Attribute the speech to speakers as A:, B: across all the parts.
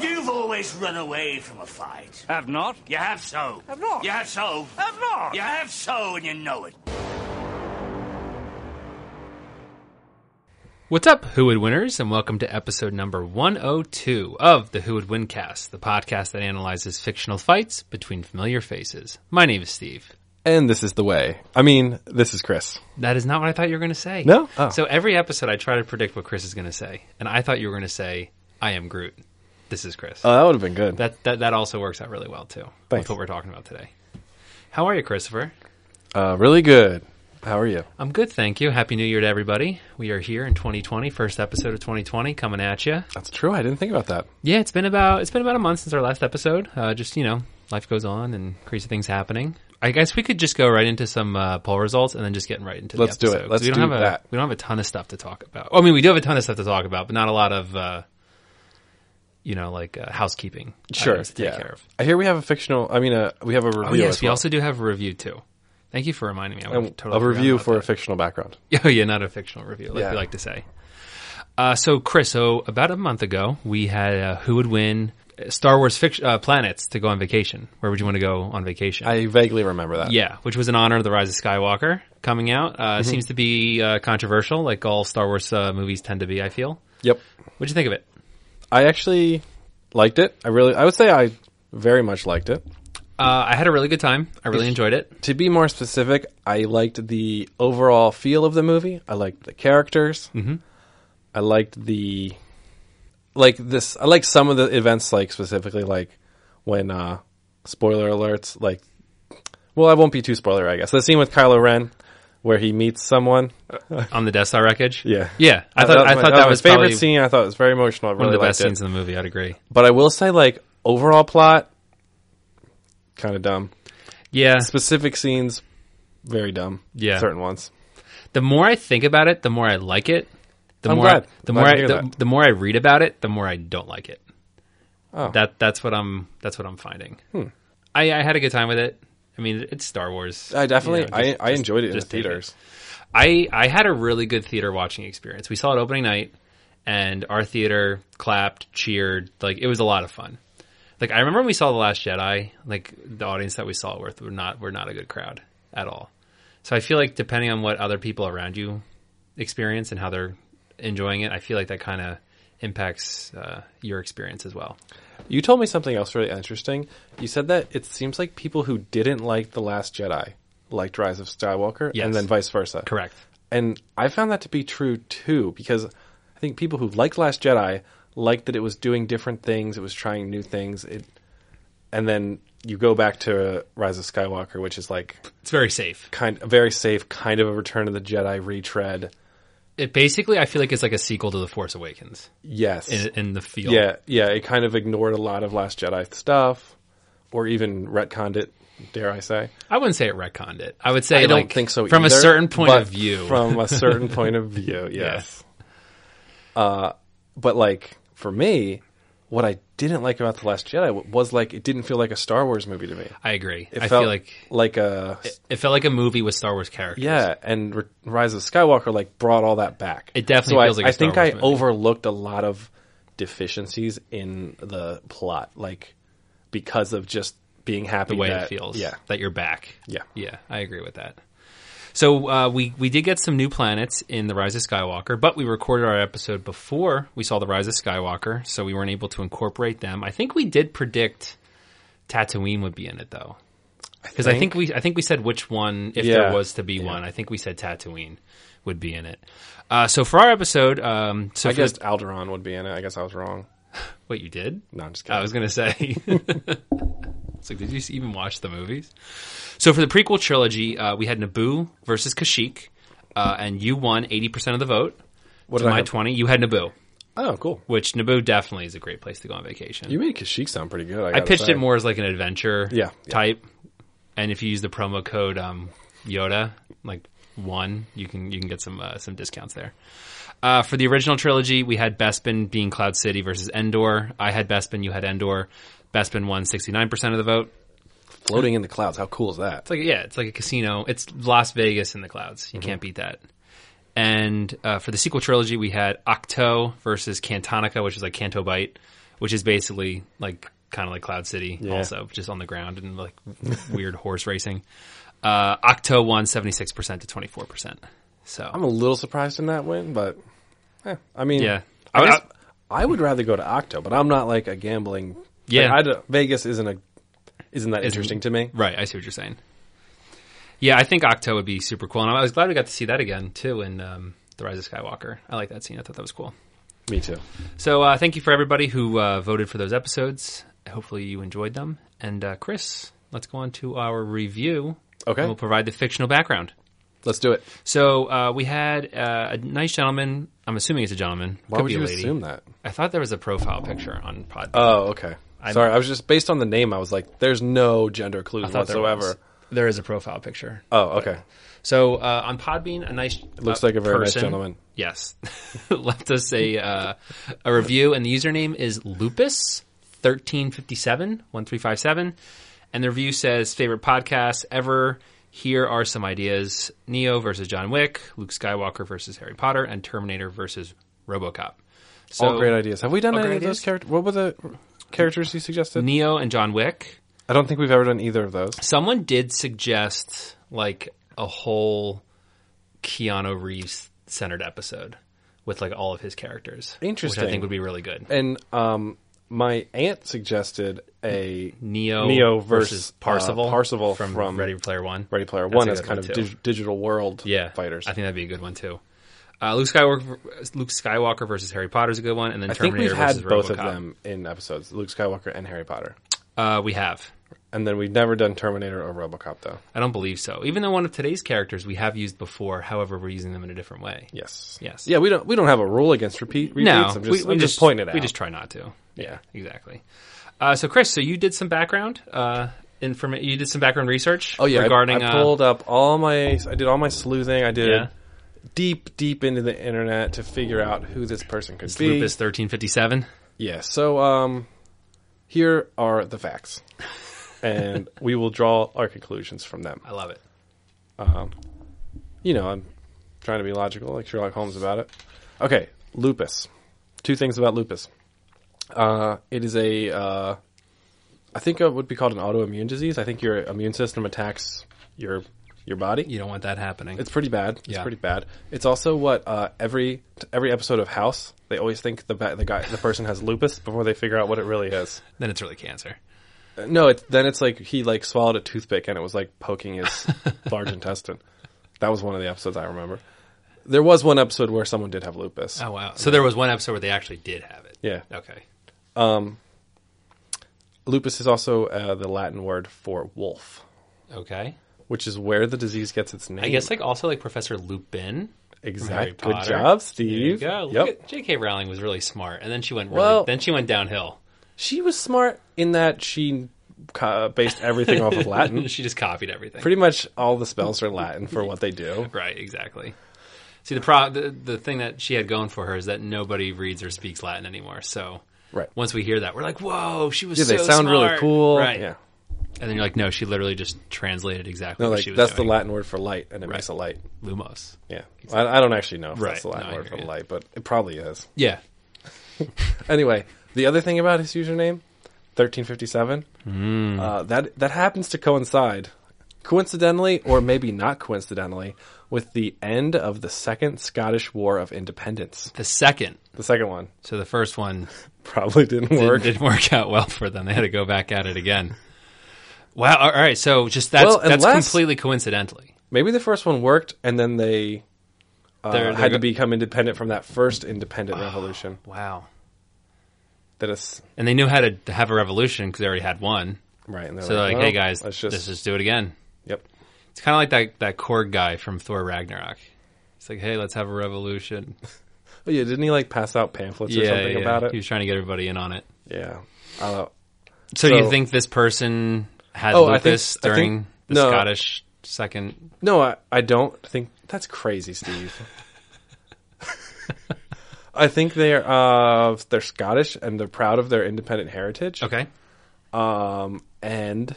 A: You've always run away from a fight.
B: Have not?
A: You have so.
B: Have not?
A: You have so.
B: Have not?
A: You have so, and you know it.
C: What's up, Who Would Winners, and welcome to episode number 102 of the Who Would Wincast, the podcast that analyzes fictional fights between familiar faces. My name is Steve.
D: And this is the way. I mean, this is Chris.
C: That is not what I thought you were going to say.
D: No? Oh.
C: So every episode I try to predict what Chris is going to say, and I thought you were going to say, I am Groot. This is Chris.
D: Oh, that would have been good.
C: That, that, that also works out really well, too.
D: Thanks.
C: That's what we're talking about today. How are you, Christopher?
D: Uh, really good. How are you?
C: I'm good, thank you. Happy New Year to everybody. We are here in 2020, first episode of 2020 coming at you.
D: That's true. I didn't think about that.
C: Yeah, it's been about it's been about a month since our last episode. Uh, just you know, life goes on and crazy things happening. I guess we could just go right into some uh, poll results and then just getting right into
D: Let's
C: the
D: do it.
C: episode. 'Cause
D: Let's
C: we don't have
D: do
C: a,
D: that.
C: We don't have a ton of stuff to talk about. Well, I mean, we do have a ton of stuff to talk about, but not a lot of uh, you know like uh, housekeeping. items to take
D: yeah.
C: care of.
D: I hear we have a fictional. I mean, uh, we have a review.
C: Oh yes,
D: as
C: we
D: well.
C: also do have a review too. Thank you for reminding me. I
D: And
C: would've totally
D: a
C: forgotten
D: review
C: about
D: for
C: that.
D: a fictional background.
C: Oh yeah, not a fictional review, like
D: Yeah.
C: we like to say. Uh, so Chris, so about a month ago, we had uh, who would win Star Wars fic- uh, planets to go on vacation. Where would you want to go on vacation?
D: I vaguely remember that.
C: yeah, which was in honor of the Rise of Skywalker coming out. Uh,
D: Mm-hmm.
C: Seems to be uh, controversial, like all Star Wars uh, movies tend to be. I feel.
D: Yep.
C: What'd you think of it?
D: I actually liked it. I really. I would say I very much liked it.
C: Uh, I had a really good time. I really enjoyed it.
D: To be more specific, I liked the overall feel of the movie. I liked the characters. Mm-hmm. I liked the like this. I like some of the events, like specifically like when uh spoiler alerts. Like, well, I won't be too spoiler. I guess the scene with Kylo Ren where he meets someone.
C: on the Death Star wreckage.
D: Yeah.
C: yeah. I thought
D: was
C: I
D: my-
C: thought that, was
D: my favorite
C: probably
D: scene. I thought it was very emotional. I
C: one
D: really
C: of the best
D: liked it.
C: scenes in the movie. I'd agree.
D: But I will say, like overall plot, kind of dumb.
C: Yeah.
D: Specific scenes, very dumb.
C: Yeah.
D: certain ones.
C: the more I think about it, the more I like it. The
D: I'm
C: more
D: glad.
C: I, the
D: Glad
C: more
D: to
C: I,
D: hear
C: the,
D: that.
C: the more I read about it, the more I don't like it.
D: Oh. Hmm.
C: That that's what I'm that's what I'm finding. I, I had a good time with it. I mean, it's Star Wars.
D: I definitely,
C: you know,
D: I,
C: just-
D: I
C: just-
D: enjoyed it in the
C: just take
D: theaters.
C: I I had a really good theater watching experience. We saw it opening night, and our theater clapped, cheered. Like it was a lot of fun. Like I remember when we saw the Last Jedi. Like the audience that we saw it with were not were not a good crowd at all. So I feel like depending on what other people around you experience and how they're enjoying it, I feel like that kind of impacts uh, your experience as well.
D: You told me something else really interesting. You said that it seems like people who didn't like The Last Jedi liked Rise of Skywalker,
C: Yes.
D: and then vice versa.
C: Correct.
D: And I found that to be true too, because I think people who liked Last Jedi liked that it was doing different things, it was trying new things. It, and then you go back to Rise of Skywalker, which is like
C: It's very safe.
D: kind of very safe, kind of a Return of the Jedi retread.
C: It basically, I feel like it's like a sequel to The Force Awakens
D: Yes,
C: in, in the field.
D: Yeah, yeah, it kind of ignored a lot of Last Jedi stuff, or even retconned it. Dare I say?
C: I wouldn't say it retconned it. I would say
D: I don't
C: like,
D: think so.
C: From a
D: either,
C: certain point
D: but
C: of view,
D: from a certain point of view, yes. Uh, but like for me, what I didn't like about the Last Jedi w- was like it didn't feel like a Star Wars movie to me.
C: I agree.
D: It
C: I
D: felt
C: feel like
D: like a
C: it felt like a movie with Star Wars characters.
D: yeah, and Re- Rise of Skywalker like brought all that back.
C: It definitely
D: So I-
C: feels like a
D: I
C: Star
D: think
C: Wars
D: I
C: movie.
D: overlooked a lot of deficiencies in the plot, like because of just being happy
C: the way
D: that,
C: it feels.
D: Yeah,
C: that you're back.
D: Yeah.
C: yeah, I agree with that. So uh, we we did get some new planets in the Rise of Skywalker, but we recorded our episode before we saw the Rise of Skywalker, so we weren't able to incorporate them. I think we did predict Tatooine would be in it though, because I think we I think we said which one if there
D: Yeah.
C: was to be one. I think we said Tatooine would be in it. Uh, so for our episode, um, so
D: I
C: for the-
D: guessed Alderaan would be in it. I guess I was wrong.
C: what you did?
D: No, I'm just kidding.
C: I was gonna say. it's like, did you even watch the movies? So for the prequel trilogy, uh, we had Naboo versus Kashyyyk, uh, and you won eighty percent of the vote
D: What
C: to
D: did I
C: my
D: have?
C: twenty. You had Naboo.
D: Oh, cool.
C: which Naboo definitely is a great place to go on vacation.
D: You made Kashyyyk sound pretty good.
C: I
D: gotta
C: pitched
D: say.
C: it more as like an adventure
D: Yeah, yeah.
C: type. And if you use the promo code um, Yoda, like one, you can you can get some uh, some discounts there. Uh, for the original trilogy, we had Bespin being Cloud City versus Endor. I had Bespin, you had Endor. Bespin won 69% of the vote.
D: floating in the clouds. How cool is that?
C: It's like yeah, it's like a casino. It's Las Vegas in the clouds. You
D: Mm-hmm.
C: can't beat that. And uh, for the sequel trilogy, we had Octo versus Cantonica, which is like Canto Bite, which is basically like kind of like Cloud City, also just on the ground and like weird horse racing. Uh, Octo won seventy six percent to twenty four percent. So
D: I'm a little surprised in that win, but eh, I mean,
C: Yeah.
D: I,
C: I
D: guess-
C: would-
D: I would rather go to Octo, but I'm not like a gambling.
C: Yeah.
D: like, I don't- Vegas isn't a isn't that interesting to me?
C: right, I see what you're saying. Yeah, I think Octo would be super cool, and I was glad we got to see that again too in um, the Rise of Skywalker. I like that scene. I thought that was cool.
D: Me too.
C: So uh, thank you for everybody who uh, voted for those episodes. Hopefully you enjoyed them. And uh, Chris, let's go on to our review.
D: Okay.
C: And we'll provide the fictional background.
D: Let's do it.
C: So uh, we had uh, a nice gentleman. I'm assuming it's a gentleman.
D: Why
C: Could
D: would
C: be a
D: you
C: lady.
D: assume that?
C: I thought there was a profile picture on Pod. uh,
D: Oh, okay. Sorry, I was just based on the name. I was like, "There's no gender
C: I
D: clues
C: thought there
D: whatsoever."
C: was. There is a profile picture.
D: Oh, okay.
C: So uh, on Podbean, a nice
D: looks
C: uh,
D: like a very nice
C: person-
D: gentleman.
C: Yes, left us a uh, a review, and the username is Lupus thirteen fifty seven one three five seven, and the review says favorite podcast ever. Here are some ideas: Neo versus John Wick, Luke Skywalker versus Harry Potter, and Terminator versus RoboCop. So
D: All great ideas. Have we done
C: All
D: any
C: great
D: of those
C: ideas?
D: characters? What were the characters you suggested?
C: Neo and John Wick.
D: I don't think we've ever done either of those.
C: Someone did suggest like a whole Keanu Reeves centered episode with like all of his characters. Which
D: Interesting.
C: I think would be really good.
D: And um, my aunt suggested a
C: Neo,
D: Neo versus,
C: versus, Parsival.
D: uh, Parsival
C: from,
D: from
C: Ready Player One.
D: Ready Player
C: That's
D: One
C: a
D: as
C: good
D: kind
C: one,
D: of
C: too.
D: dig- digital world
C: yeah,
D: fighters.
C: I think that'd be a good one too. Uh, Luke Skywalker, Luke Skywalker versus Harry Potter is a good one, and then
D: I think
C: Terminator
D: we've had
C: versus
D: both of
C: RoboCop.
D: them in episodes: Luke Skywalker and Harry Potter.
C: Uh, we have.
D: And then we've never done Terminator or RoboCop, though.
C: I don't believe so. Even though one of today's characters we have used before, however, we're using them in a different way.
D: Yes.
C: Yes.
D: Yeah, we don't we don't have a rule against repeat repeats.
C: no,
D: I'm just,
C: we, we
D: I'm
C: just,
D: just pointing it out.
C: We just try not to.
D: Yeah.
C: exactly. Uh, so, Chris, so you did some background uh, inform- You did some background research.
D: Oh yeah, I-
C: regarding
D: I,
C: uh,
D: pulled up all my I did all my sleuthing. I did
C: Yeah.
D: deep deep into the internet to figure out who this person could be.
C: Lupus thirteen fifty seven.
D: Yeah. So um, here are the facts, and we will draw our conclusions from them.
C: I love it.
D: You know, I'm trying to be logical, like Sherlock Holmes about it. Okay, lupus. Two things about lupus. Uh, it is a, uh, I think it would be called an autoimmune disease. I think your immune system attacks your your body.
C: You don't want that happening.
D: It's pretty bad. It's
C: Yeah.
D: pretty bad. It's also what uh, every every episode of House they always think the ba- the guy the person has lupus before they figure out what it really is.
C: then it's really cancer.
D: No, it, then it's like he like swallowed a toothpick and it was like poking his large intestine. That was one of the episodes I remember. There was one episode where someone did have lupus.
C: Oh wow! So there was one episode where they actually did have it.
D: Yeah.
C: Okay.
D: Lupus is also uh, the Latin word for wolf,
C: Okay.
D: which is where the disease gets its name.
C: I guess like also like Professor Lupin. Harry
D: exactly. Good
C: Potter.
D: job,
C: There you
D: Steve.
C: go. Look
D: Yep.
C: at- J.K. Rowling was really smart, and then she went really,
D: Well-
C: then she went downhill.
D: She was smart in that she uh, based everything off of Latin.
C: she just copied everything.
D: Pretty much all the spells are Latin for what they do.
C: right. Exactly. See the, pro- the the thing that she had going for her is that nobody reads or speaks Latin anymore. So
D: Right.
C: once we hear that, we're like, whoa, she was.
D: Yeah, they
C: so
D: sound really
C: smart.
D: cool.
C: Right.
D: Yeah.
C: And then you're like, no, she literally just translated exactly
D: No,
C: what
D: like
C: she was
D: that's the
C: doing.
D: Latin word for light, and it makes a light.
C: Lumos.
D: Yeah, I, I don't actually know if that's
C: Right.
D: the Latin
C: No, I
D: word
C: hear
D: for
C: you.
D: light, but it probably is.
C: Yeah.
D: Anyway, the other thing about his username, thirteen fifty seven,
C: Hmm.
D: uh, that that happens to coincide, coincidentally or maybe not coincidentally, with the end of the Second Scottish War of Independence.
C: The second.
D: The second one
C: So the first one
D: probably didn't work.
C: Didn't, didn't work out well for them. They had to go back at it again. Wow. All right. So just that's
D: Well,
C: that's
D: unless-
C: completely coincidentally.
D: Maybe the first one worked, and then they uh,
C: They're- they're
D: had to
C: go-
D: become independent from that first independent revolution.
C: Wow.
D: That is
C: And they knew how to have a revolution because they already had one.
D: right. And they're
C: So they're like,
D: well,
C: hey guys,
D: let's
C: let's
D: just,
C: just... do it again.
D: yep.
C: It's kind of like that that Korg guy from Thor Ragnarok. He's like, hey, let's have a revolution.
D: Oh yeah, didn't he like pass out pamphlets or something about it?
C: He was trying to get everybody in on it.
D: yeah. Uh,
C: So,
D: So-
C: you think this person had
D: Oh, I think-
C: lupus
D: I think-
C: during the
D: no.
C: Scottish second?
D: no, I, I don't think that's crazy, Steve. I think they're uh, they're Scottish and they're proud of their independent heritage.
C: Okay,
D: Um, and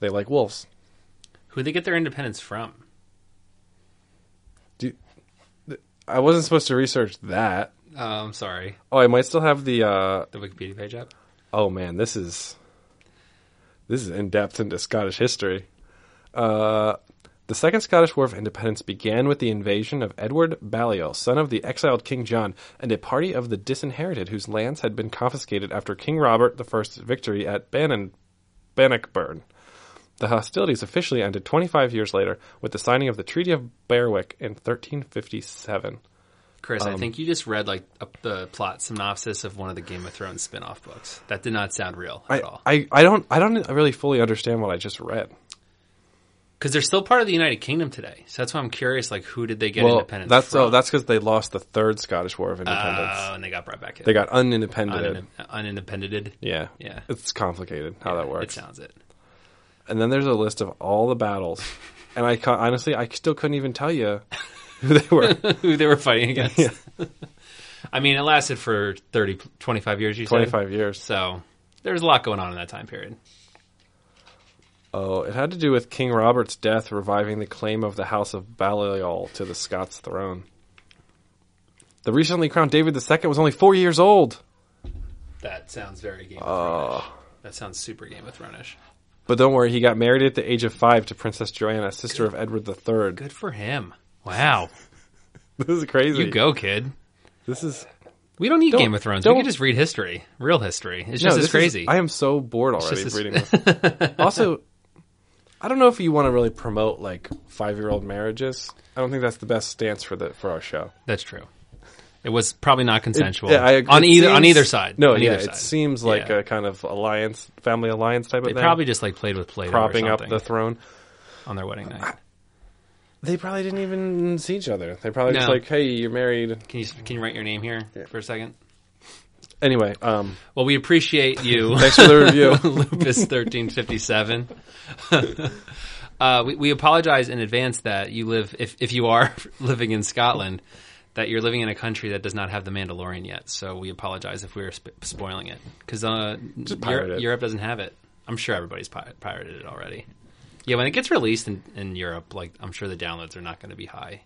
D: they like wolves.
C: who they get their independence from?
D: Do I wasn't supposed to research that.
C: Oh, I'm sorry,
D: Oh, I might still have the uh,
C: the Wikipedia page up.
D: Oh man, this is this is in depth into Scottish history. Uh, the Second Scottish War of Independence began with the invasion of Edward Balliol, son of the exiled King John, and a party of the disinherited whose lands had been confiscated after King Robert I's victory at Bannon, Bannockburn. The hostilities officially ended 25 years later with the signing of the Treaty of Berwick in 1357.
C: Chris,
D: Um,
C: I think you just read like a, the plot synopsis of one of the Game of Thrones spin-off books. That did not sound real
D: I,
C: at all.
D: I, I don't I don't really fully understand what I just read.
C: Because they're still part of the United Kingdom today, so that's why I'm curious. Like, who did they get independence?
D: That's
C: from?
D: oh, that's because they lost the third Scottish War of Independence.
C: Oh, and they got brought back in.
D: they got unindependented.
C: Unin- unindependented.
D: yeah,
C: Yeah.
D: It's complicated how that
C: It
D: works.
C: sounds it.
D: And then there's a list of all the battles, and I ca- honestly I still couldn't even tell you who they were.
C: Who they were fighting against. I mean, it lasted for 30, 25 years, you said?
D: Twenty five years.
C: So there was a lot going on in that time period.
D: Oh, it had to do with King Robert's death, reviving the claim of the House of Balliol to the Scots throne. The recently crowned David II was only four years old.
C: That sounds very Game of
D: Uh.
C: Thrones. That sounds super Game of Thrones.
D: But don't worry, he got married at the age of five to Princess Joanna, sister of Edward III.
C: Good for him. Wow.
D: This is crazy.
C: You go, kid.
D: This is
C: We don't need
D: Don't-
C: Game of Thrones. We can
D: don't-
C: just read history, real history. It's
D: No,
C: just
D: this
C: as
D: is-
C: crazy.
D: I am so bored already
C: just as-
D: reading this. also, I don't know if you want to really promote like five year old marriages. I don't think that's the best stance for the for our show.
C: That's true. It was probably not consensual
D: Yeah, I agree.
C: on
D: It
C: either on
D: seems-
C: either side.
D: No,
C: on
D: yeah,
C: either
D: it seems like
C: Yeah.
D: a kind of alliance, family alliance type
C: they
D: of thing.
C: probably just like played with Play-Doh
D: propping
C: or
D: up
C: something
D: the throne.
C: on their wedding night.
D: They probably didn't even see each other. They probably just
C: No.
D: like, hey, you're married.
C: Can you can you write your name here for a second?
D: Anyway, um,
C: Well, we appreciate you.
D: thanks for the review.
C: Lupus 1357. uh, we, we apologize in advance that you live, if, if you are living in Scotland, that you're living in a country that does not have The Mandalorian yet. So we apologize if we are sp- spoiling it. Because uh,
D: pirate
C: Europe,
D: it.
C: Europe doesn't have it. I'm sure everybody's pi- pirated it already. Yeah, when it gets released in, in Europe, like I'm sure the downloads are not going to be high.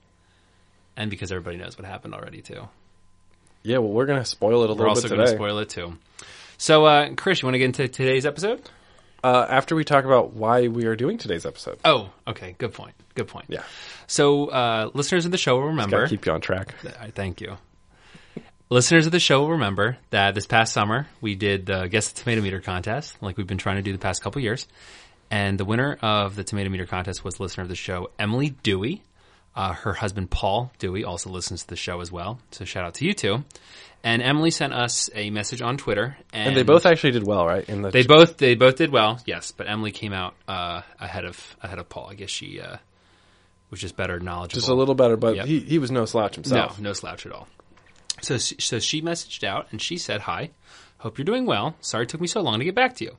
C: And because everybody knows what happened already, too.
D: yeah, well, we're gonna spoil it
C: We're
D: a little
C: also
D: bit
C: going to
D: today.
C: spoil it, too. So, uh, Chris, you want to get into today's episode?
D: uh, after we talk about why we are doing today's episode.
C: Oh, okay. Good point. Good point.
D: Yeah,
C: So, uh, listeners of the show will remember.
D: gotta keep you on track.
C: I thank you. listeners of the show will remember that this past summer we did the guess the tomato meter contest, like we've been trying to do the past couple years. And the winner of the tomato meter contest was listener of the show Emily Dewey. Uh, her husband Paul Dewey also listens to the show as well. So shout out to you two. And Emily sent us a message on Twitter, and,
D: And they both actually did well, right? In the
C: they both they both did well, yes. But Emily came out uh, ahead of ahead of Paul. I guess she uh, was just better knowledgeable.
D: just a little better, but
C: Yep.
D: he, he was no slouch
C: no,
D: himself.
C: no slouch at all. So she- so she messaged out and she said, "Hi, hope you're doing well. Sorry it took me so long to get back to you.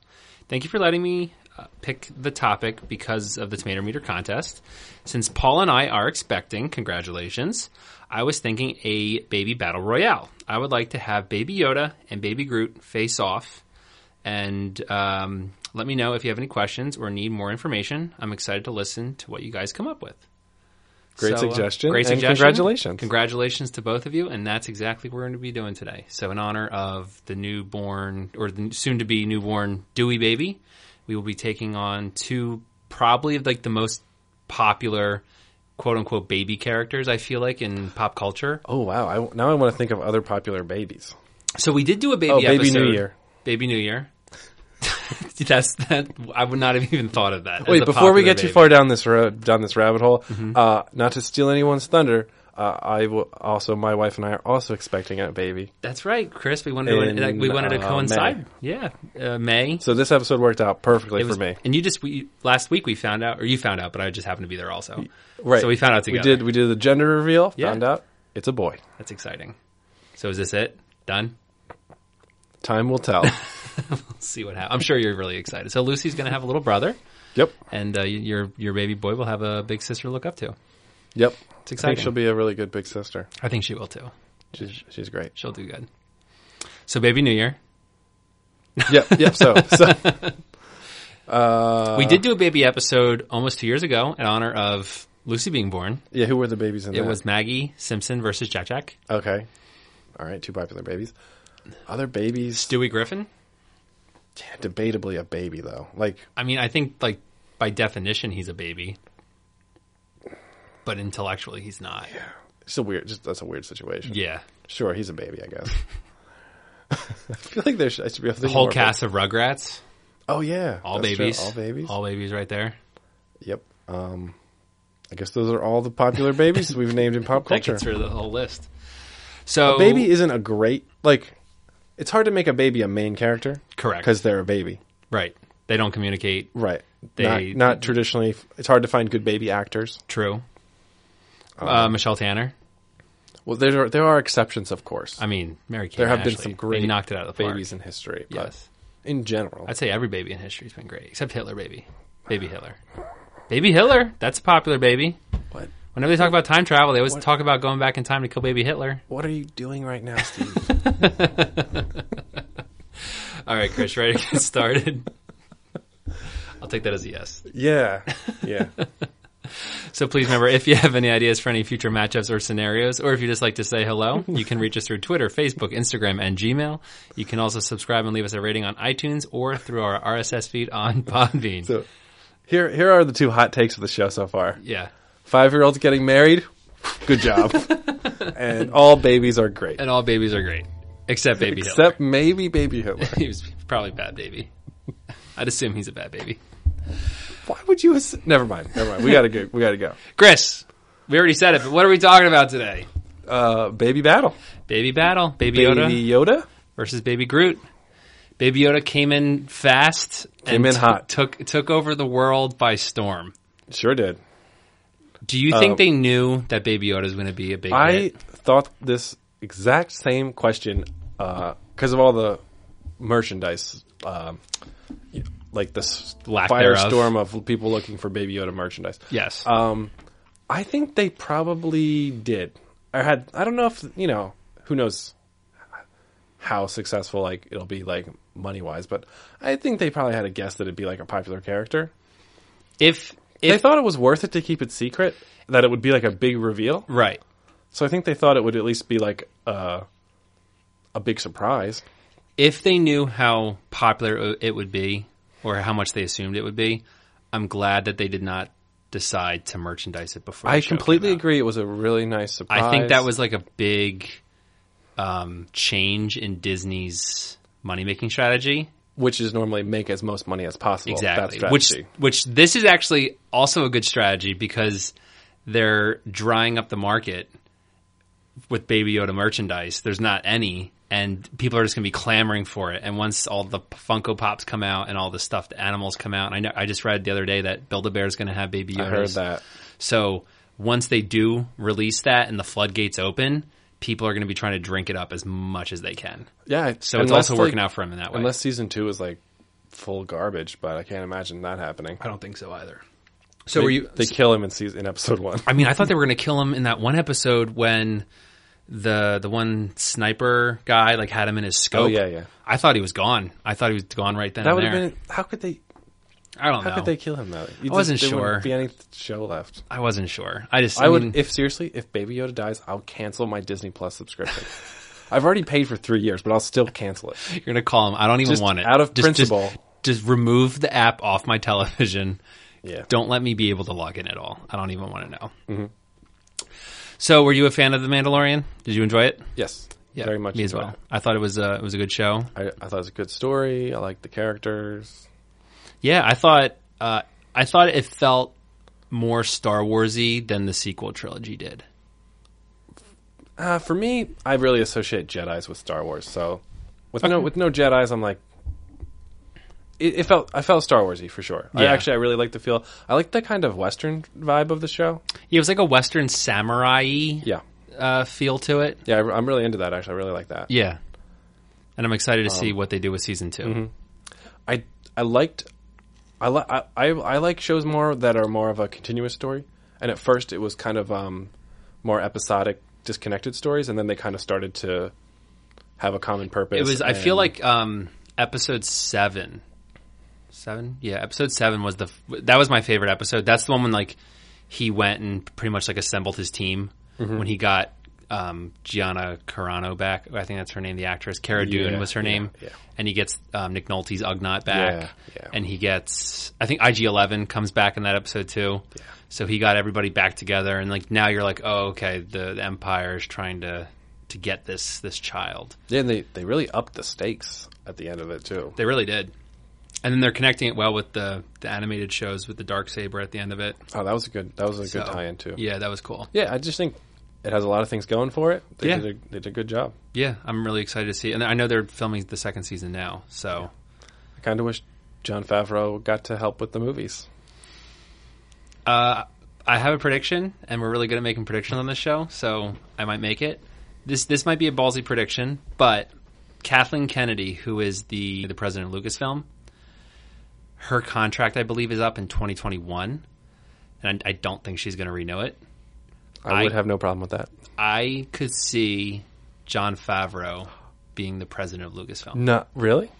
C: Thank you for letting me uh, pick the topic because of the tomato meter contest. Since Paul and I are expecting, congratulations. I was thinking a baby battle royale. I would like to have Baby Yoda and Baby Groot face off." and um, let me know if you have any questions or need more information. I'm excited to listen to what you guys come up with.
D: Great
C: uh,
D: suggestion,
C: great
D: and
C: suggestion.
D: congratulations.
C: Congratulations to both of you. And that's exactly what we're going to be doing today. So, in honor of the newborn or the soon to be newborn Dewey baby, we will be taking on two probably like the most popular quote unquote baby characters, I feel like, in pop culture.
D: Oh wow! I, now I want to think of other popular babies.
C: So we did do a baby.
D: Oh, Baby
C: episode.
D: New Year.
C: Baby New Year. That's that. I would not have even thought of that. as
D: Wait,
C: a
D: before
C: popular
D: we get too
C: baby. Mm-hmm.
D: far down this road, down this rabbit hole, uh, not to steal anyone's thunder, uh, I will also my wife and I are also expecting a baby.
C: That's right, Chris. We wanted to,
D: In,
C: like, we wanted to
D: uh,
C: coincide. Yeah, uh, May.
D: So this episode worked out perfectly
C: It was-
D: for me.
C: And you just we, last week we found out, or you found out, but I just happened to be there also.
D: Right.
C: So we found out together.
D: We did. We did the gender reveal.
C: Yeah.
D: Found out it's a boy.
C: That's exciting. So is this it? Done?
D: Time will tell.
C: Let's see what happens. I'm sure you're really excited. So Lucy's going to have a little brother,
D: yep.
C: and uh, y- your your baby boy will have a big sister to look up to.
D: Yep.
C: It's exciting.
D: I think she'll be a really good big sister.
C: I think she will too.
D: She's she's great.
C: She'll do good. So baby New Year.
D: Yep. Yep. So, so Uh,
C: we did do a baby episode almost two years ago in honor of Lucy being born.
D: yeah, who were the babies in
C: It
D: that?
C: was Maggie Simpson versus Jack Jack.
D: okay. All right, two popular babies. Other babies,
C: Dewey Griffin.
D: debatably a baby though. Like
C: I mean, I think like by definition he's a baby, but intellectually he's not. Yeah.
D: it's a weird. Just that's a weird situation. Sure, he's a baby, I guess. I feel like there should, I should be able to
C: The whole cast of Rugrats,
D: Oh yeah,
C: all
D: that's true.
C: babies,
D: All babies.
C: all babies, right there.
D: Yep. Um, I guess those are all the popular babies we've named in pop
C: That
D: culture.
C: gets rid of the whole list. So
D: baby isn't a great like. It's hard to make a baby a main character,
C: Correct.
D: Because they're a baby,
C: right? They don't communicate.
D: right?
C: They-
D: not, not traditionally. It's hard to find good baby actors.
C: True.
D: Uh-huh.
C: Uh, Michelle Tanner.
D: Well, there are there are exceptions, of course.
C: I mean, Mary Kate.
D: there have been
C: Ashley.
D: some great
C: They knocked it out of the park.
D: babies in history. But
C: Yes.
D: in general,
C: I'd say every baby in history has been great, except Hitler baby. Baby Hitler. Baby Hitler. That's a popular baby.
D: what
C: Whenever they talk about time travel, they always talk about going back in time to kill baby Hitler.
D: what are you doing right now, Steve?
C: All right, Chris, ready to get started? I'll take that as a yes.
D: yeah, yeah.
C: So please remember, if you have any ideas for any future matchups or scenarios, or if you just like to say hello, you can reach us through Twitter, Facebook, Instagram, and Gmail. You can also subscribe and leave us a rating on iTunes or through our RSS feed on Podbean.
D: So here here are the two hot takes of the show so far.
C: yeah.
D: Five year olds getting married, good job. and all babies are great.
C: And all babies are great, except baby Hitler.
D: Except maybe baby Hitler.
C: He was probably a bad baby. I'd assume he's a bad baby.
D: Why would you? Ass- never mind. Never mind. We gotta go. We gotta go.
C: Chris, we already said it, but what are we talking about today?
D: Uh, baby battle.
C: Baby battle, baby, Yoda
D: Baby Yoda.
C: versus baby Groot. Baby Yoda came in fast,
D: Came in
C: t-
D: hot.
C: took took over the world by storm.
D: Sure did.
C: Do you think they knew that Baby Yoda was going to be a big
D: Uh, I
C: hit?
D: thought this exact same question because of all the merchandise, um, like this
C: Lack thereof.
D: firestorm of people looking for Baby Yoda merchandise. Um,
C: Yes,
D: uh, I think they probably did. I had I don't know if you know who knows how successful like it'll be like money wise, but I think they probably had a guess that it'd be like a popular character.
C: if
D: they
C: if
D: thought it was worth it to keep it secret, that it would be like a big reveal.
C: right,
D: So I think they thought it would at least be like uh, a big surprise.
C: if they knew how popular it would be or how much they assumed it would be, I'm glad that they did not decide to merchandise it before.
D: I
C: the show came
D: completely
C: out.
D: agree. It was a really nice surprise.
C: I think that was like a big um, change in Disney's money making strategy.
D: which is normally make as most money as possible.
C: Exactly.
D: That
C: which
D: strategy.
C: which this is actually also a good strategy because they're drying up the market with Baby Yoda merchandise. There's not any, and people are just going to be clamoring for it. And once all the Funko Pops come out and all the stuffed animals come out, and I know I just read the other day that Build a Bear is going to have Baby
D: I
C: Yoda.
D: heard that.
C: So once they do release that and the floodgates open, people are going to be trying to drink it up as much as they can.
D: Yeah.
C: So it's also working out for him in that way.
D: Unless season two is like full garbage, but I can't imagine that happening.
C: I don't think so either. So were
D: They-
C: you?
D: They kill him in season in episode one.
C: I mean, I thought they were going to kill him in that one episode when the the one sniper guy like had him in his scope.
D: Oh, yeah, yeah.
C: I thought he was gone. I thought he was gone right then.
D: That
C: and
D: would have
C: there.
D: been. How could they?
C: I don't
D: How
C: know.
D: could they kill him though? You
C: I wasn't
D: there
C: sure.
D: wouldn't Be any show left?
C: I wasn't sure. I just.
D: I, would.
C: mean,
D: If seriously, if Baby Yoda dies, I'll cancel my Disney Plus subscription. I've already paid for three years, but I'll still cancel it.
C: you're going to call him. I don't even
D: Just
C: want it.
D: out of
C: Just- just-
D: principle.
C: Just, remove the app off my television.
D: Yeah.
C: Don't let me be able to log in at all. I don't even want to know.
D: Mm-hmm.
C: So, were you a fan of The Mandalorian? Did you enjoy it?
D: Yes. Very much
C: me as
D: enjoyed
C: well.
D: it.
C: I thought it was a it was a good show.
D: I, I thought it was a good story. I liked the characters.
C: Yeah, I thought uh, I thought it felt more Star Warsy than the sequel trilogy did.
D: Uh, for me, I really associate Jedi's with Star Wars. So with no with no Jedi's, I'm like, it, it felt I felt Star Warsy for sure. I
C: Yeah.
D: actually I really like the feel. I like the kind of Western vibe of the show.
C: Yeah, it was like a Western samurai
D: Yeah,
C: uh, feel to it.
D: Yeah, I- I'm really into that. Actually, I really like that.
C: Yeah, and I'm excited to
D: Um,
C: see what they do with season 2
D: I I liked I li- I, I I like shows more that are more of a continuous story. And at first it was kind of um more episodic disconnected stories and then they kind of started to have a common purpose.
C: It was. I
D: and-
C: feel like um, episode seven, seven. Yeah, episode seven was the that was my favorite episode. That's the one when like he went and pretty much like assembled his team
D: Mm-hmm.
C: when he got um, Gianna Carano back. I think that's her name, the actress. Cara Dune
D: Yeah,
C: was her
D: yeah,
C: name.
D: yeah.
C: And he gets um, Nick Nolte's Ugnaught back,
D: Yeah, yeah.
C: and he gets I think IG Eleven comes back in that episode too. So he got everybody back together, and like now you're like, oh okay, the, the Empire is trying to to get this this child.
D: Yeah, and they they really upped the stakes at the end of it too.
C: They really did. And then they're connecting it well with the, the animated shows with the dark saber at the end of it.
D: Oh, that was a good that was a good
C: So,
D: tie-in too.
C: Yeah, that was cool.
D: Yeah, I just think it has a lot of things going for it. They
C: Yeah.
D: did a, they did a good job.
C: Yeah, I'm really excited to see. It. And I know they're filming the second season now, so
D: I kind of wish John Favreau got to help with the movies.
C: I have a prediction, and we're really good at making predictions on this show, so I might make it. This this might be a ballsy prediction, but Kathleen Kennedy, who is the the president of Lucasfilm, her contract I believe is up in 2021, and I, I don't think she's going to renew it.
D: I,
C: I-
D: would have no problem with that.
C: I could see John Favreau being the president of Lucasfilm.
D: No, really?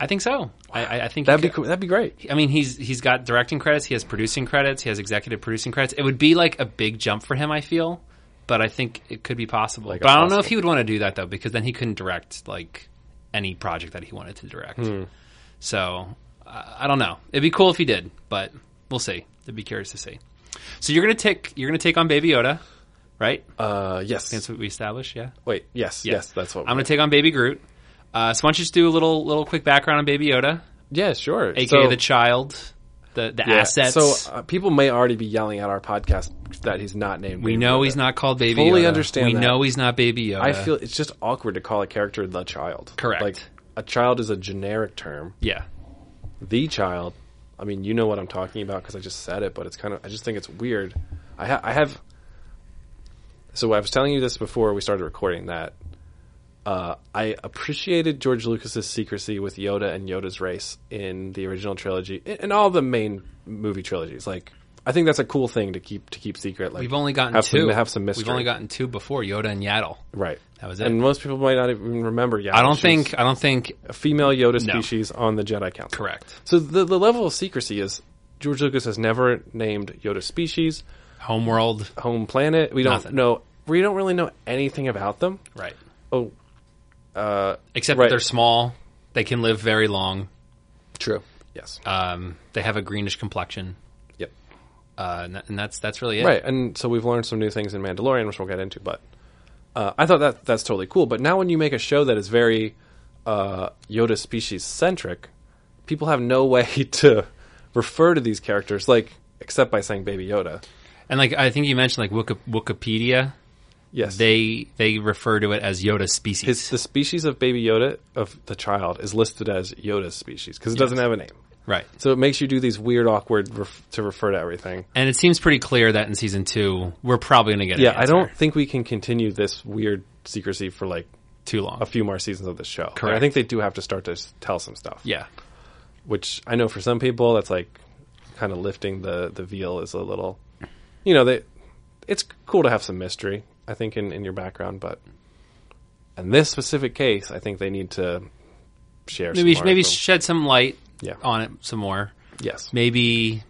C: I think so. I I, I think
D: That'd be
C: cool.
D: cool. That'd be great.
C: I mean, he's he's got directing credits, he has producing credits, he has executive producing credits. It would be like a big jump for him, I feel, but I think it could be possible.
D: Like a
C: but I don't know if
D: possible.
C: he would want to do that though, because then he couldn't direct like any project that he wanted to direct.
D: Hmm.
C: So uh, I I don't know. It'd be cool if he did, but we'll see. I'd be curious to see. So you're gonna take you're gonna take on Baby Yoda, right?
D: Uh, yes.
C: That's what we established, yeah.
D: Wait, yes,
C: Yeah.
D: yes, that's what.
C: I'm going to take on Baby Groot. Uh, so why don't you just do a little little quick background on Baby Yoda,
D: yeah, sure.
C: aka
D: So-
C: the child, the the
D: yeah,
C: assets.
D: So uh, people may already be yelling at our podcast that he's not named.
C: we
D: Baby
C: know
D: Yoda.
C: he's not called Baby Yoda.
D: Fully understand
C: We
D: that.
C: know he's not Baby Yoda.
D: I feel it's just awkward to call a character the child.
C: Correct.
D: Like a child is a generic term.
C: yeah.
D: The child. I mean, you know what I'm talking about because I just said it, but it's kind of. I just think it's weird. I, ha- I have. So I was telling you this before we started recording that. Uh, I appreciated George Lucas's secrecy with Yoda and Yoda's race in the original trilogy and and all the main movie trilogies. Like, I think that's a cool thing to keep to keep secret. Like,
C: We've only gotten
D: have
C: two.
D: Some, have some mystery.
C: We've only gotten two before Yoda and Yaddle.
D: right.
C: That was it.
D: And most people might not even remember. Yeah,
C: I don't think. I don't think.
D: a female Yoda
C: No.
D: species on the Jedi Council.
C: Correct.
D: So the the level of secrecy is George Lucas has never named Yoda species,
C: Homeworld.
D: home planet. We don't
C: Nothing.
D: know. We don't really know anything about them.
C: Right.
D: Oh,
C: Except
D: Right.
C: they're small. They can live very long.
D: true. Yes.
C: Um, they have a greenish complexion.
D: yep.
C: Uh, and, that- and that's that's really it.
D: Right. And so we've learned some new things in Mandalorian, which we'll get into. But uh, I thought that that's totally cool. But now when you make a show that is very uh, Yoda species centric, people have no way to refer to these characters like except by saying Baby Yoda.
C: And like I think you mentioned, like Wiki- Wikipedia,
D: Yes.
C: they they refer to it as Yoda species.
D: His, the species of Baby Yoda of the child is listed as Yoda's species because it doesn't have a name.
C: right.
D: So it makes you do these weird, awkward ref- to refer to everything.
C: And it seems pretty clear that in season two, we're probably going to get. an
D: Yeah, I don't
C: answer.
D: think we can continue this weird secrecy for like
C: too long.
D: a few more seasons of the show. And I
C: Correct.
D: think they do have to start to s- tell some stuff.
C: yeah,
D: which I know for some people that's like kind of lifting the the veil is a little, you know, they it's cool to have some mystery I think in in your background, but in this specific case, I think they need to share some
C: maybe
D: more
C: maybe
D: info.
C: shed some light
D: Yeah.
C: on it some more.
D: yes
C: Maybe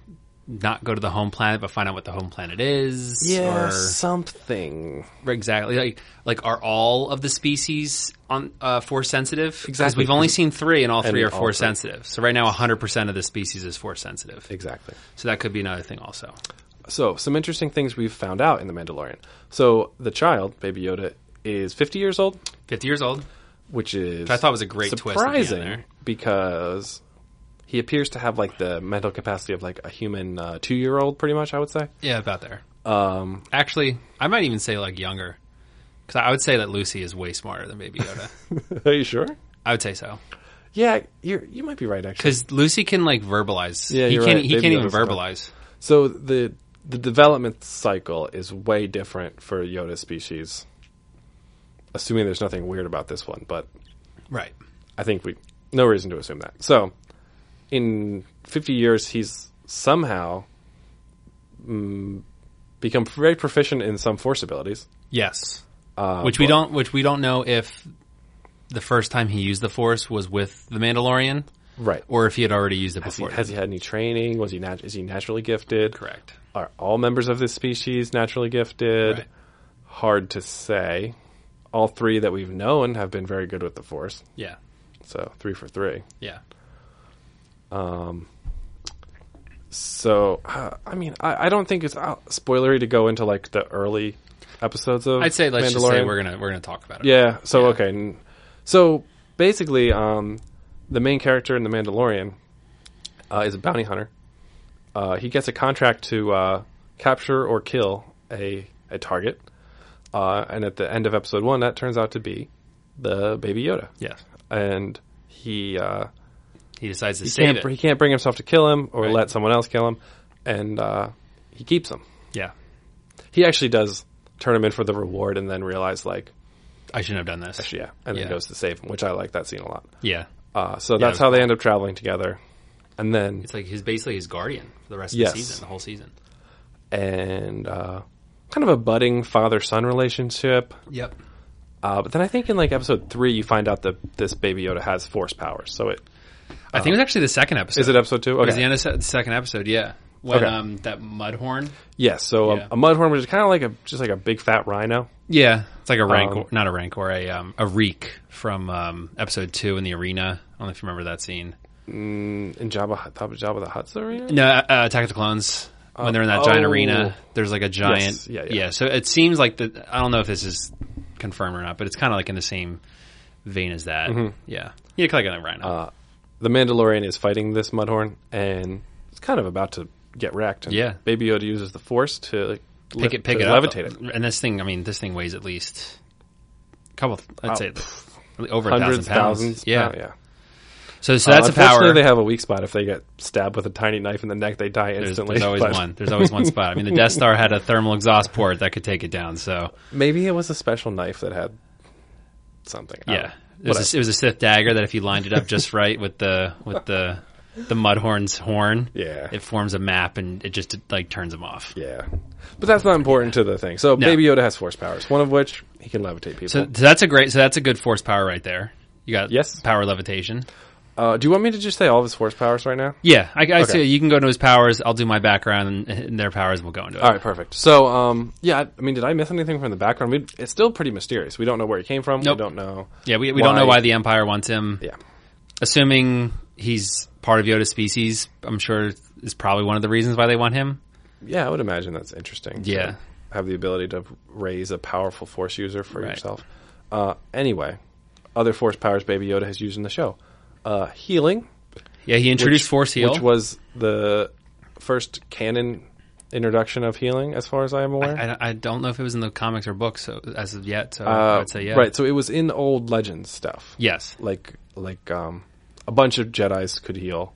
C: not go to the home planet, but find out what the home planet is.
D: yeah
C: or-
D: something
C: exactly. Like like are all of the species on uh, force sensitive? 'Cause
D: Exactly.
C: We've only seen three, and all
D: And
C: three are
D: all
C: force
D: three.
C: sensitive. So right now, hundred percent of the species is force sensitive.
D: exactly.
C: So that could be another thing also.
D: So some interesting things we've found out in the Mandalorian. So the child, Baby Yoda, is fifty years old.
C: Fifty years old.
D: which is
C: I thought was a great twist at the end
D: surprising
C: there.
D: because he appears to have like the mental capacity of like a human uh, two year old, pretty much. I would say.
C: Yeah, about there. Um, actually, I might even say like younger, because I would say that Lucy is way smarter than Baby Yoda.
D: Are you sure?
C: I would say so
D: Yeah, you you might be right actually.
C: because Lucy can like verbalize.
D: Yeah,
C: he
D: you're
C: can't.
D: right.
C: He
D: Baby
C: can't even
D: Yoda's smart.
C: verbalize.
D: So the the development cycle is way different for Yoda species assuming there's nothing weird about this one, but
C: Right.
D: I think we no reason to assume that. So, in 50 years, he's somehow mm, become very proficient in some force abilities.
C: Yes.
D: Uh,
C: which we don't which we don't know if the first time he used the force was with the Mandalorian
D: Right. Or
C: or if he had already used it
D: has he,
C: before.
D: has he had any training? Was he nat- is he naturally gifted?
C: Correct.
D: Are all members of this species naturally gifted?
C: Right.
D: Hard to say. All three that we've known have been very good with the force.
C: Yeah.
D: So, 3 for 3.
C: Yeah.
D: So, uh, I mean, I, I don't think it's uh, spoilery to go into like the early episodes of.
C: I'd say let's just say
D: Mandalorian.
C: we're gonna we're gonna talk about it.
D: Yeah. So okay. n- So basically, um, the main character in The Mandalorian uh, is a bounty hunter. Uh, he gets a contract to uh, capture or kill a a target, uh, and at the end of episode one, that turns out to be the Baby Yoda.
C: Yes.
D: And he uh,
C: He decides to
D: he
C: save
D: can't
C: it.
D: he can't bring himself to kill him or
C: Right.
D: let someone else kill him, and uh, he keeps him.
C: yeah.
D: He actually does turn him in for the reward, and then realize like
C: I shouldn't have done this.
D: yeah, and
C: Yeah.
D: then goes to save him, which I like that scene a lot.
C: Yeah.
D: Uh, so that's
C: it was
D: how they end up traveling together. And then,
C: It's like he's basically his guardian for the rest of
D: Yes.
C: the season, the whole season.
D: and uh, kind of a budding father son relationship.
C: Yep.
D: Uh, but then I think in like episode three, you find out that this baby Yoda has force powers. So it
C: I think it was actually the second episode.
D: is it episode two?
C: It was
D: Okay.
C: the end of se- the second episode, yeah. When
D: Okay.
C: um that mudhorn.
D: yes. So um,
C: Yeah.
D: A, a mudhorn, which is kind of like a just like a big fat rhino.
C: Yeah. It's like a rancor not a rancor, a um a reek from um episode two in the arena. I don't know if you remember that scene.
D: In Jabba, Hut- Jabba Jabba the Hutt's arena.
C: No, uh, Attack of the Clones. When they're in that giant
D: oh.
C: arena, there's like a giant.
D: Yes,
C: yeah,
D: yeah, yeah.
C: So it seems like the. I don't know if this is confirmed or not, but it's kind of like in the same vein as that.
D: Mm-hmm.
C: Yeah. Yeah, kind of like a
D: Um,
C: rhino.
D: The Mandalorian is fighting this mudhorn, and it's kind of about to get wrecked. And
C: Yeah.
D: Baby Yoda uses the force to like,
C: pick
D: lift-
C: it, pick
D: to
C: it up.
D: levitate it.
C: And this thing, I mean, this thing weighs at least a couple. I'd
D: Oh,
C: say over a
D: Hundreds,
C: thousand pounds.
D: thousands.
C: yeah.
D: pound- yeah.
C: So, so that's
D: Uh,
C: a power.
D: unfortunately, They have a weak spot if they get stabbed with a tiny knife in the neck. They die
C: there's,
D: instantly.
C: there's always
D: but-
C: one. There's always one spot. I mean, the Death Star had a thermal exhaust port that could take it down. So
D: Maybe it was a special knife that had something. I don't
C: yeah,
D: know.
C: it was, a, it was a Sith dagger that if you lined it up just right with the with the the Mudhorn's horn,
D: Yeah.
C: it forms a map and it just like turns him off.
D: yeah, but that's not important to the thing. So Baby Yoda has force powers. One of which he can levitate people.
C: So, so that's a great. So that's a good force power right there. You got
D: Yes.
C: power levitation.
D: uh, do you want me to just say all of his force powers right now?
C: Yeah, I, I say
D: Okay.
C: you can go into his powers. I'll do my background, and, and their powers will go into it.
D: All right, perfect. So, um, yeah, I, I mean, did I miss anything from the background? We, it's still pretty mysterious. We don't know where he came from.
C: Nope.
D: We don't know.
C: Yeah, we, we don't know
D: Why-
C: why the Empire wants him.
D: Yeah,
C: Assuming he's part of Yoda's species, I'm sure is probably one of the reasons why they want him.
D: yeah, I would imagine that's interesting. to
C: Yeah.
D: have the ability to raise a powerful force user for
C: Right.
D: yourself. Uh, anyway, other force powers Baby Yoda has used in the show: uh, healing,
C: Yeah, he introduced
D: which-
C: force heal.
D: which was the first canon introduction of healing, as far as I am aware.
C: I, I don't know if it was in the comics or books so, as of yet. So
D: Uh,
C: I'd say yeah.
D: Right, so it was in old legends stuff.
C: Yes.
D: like like um, a bunch of Jedi's could heal,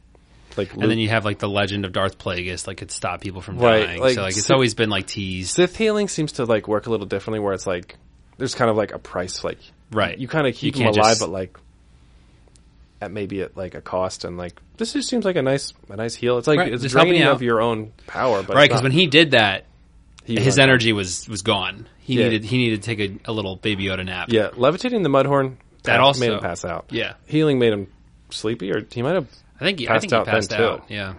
D: like
C: And then you have like the legend of Darth Plagueis, like could stop people from
D: Right,
C: dying.
D: like,
C: so like it's
D: Sith-
C: always been like teased.
D: Sith healing seems to like work a little differently, where it's like there's kind of like a price, like
C: Right.
D: You kind
C: You
D: of keep them
C: can't
D: alive,
C: just-
D: but like at maybe at like a cost, and like this just seems like a nice a nice heal. It's like
C: Right,
D: it's
C: just helping
D: draining
C: you
D: of
C: out.
D: your own power, but
C: right,
D: it's
C: because
D: not.
C: when he did that,
D: He was
C: his
D: like-
C: energy was was gone. He
D: Yeah.
C: needed he needed to take a, a little baby Yoda nap.
D: yeah, levitating the mudhorn
C: That
D: pass-
C: also-
D: made him pass out.
C: Yeah.
D: healing made him sleepy, or he might have.
C: I think he, I
D: Passed
C: think he
D: out then,
C: passed
D: too.
C: out. Yeah,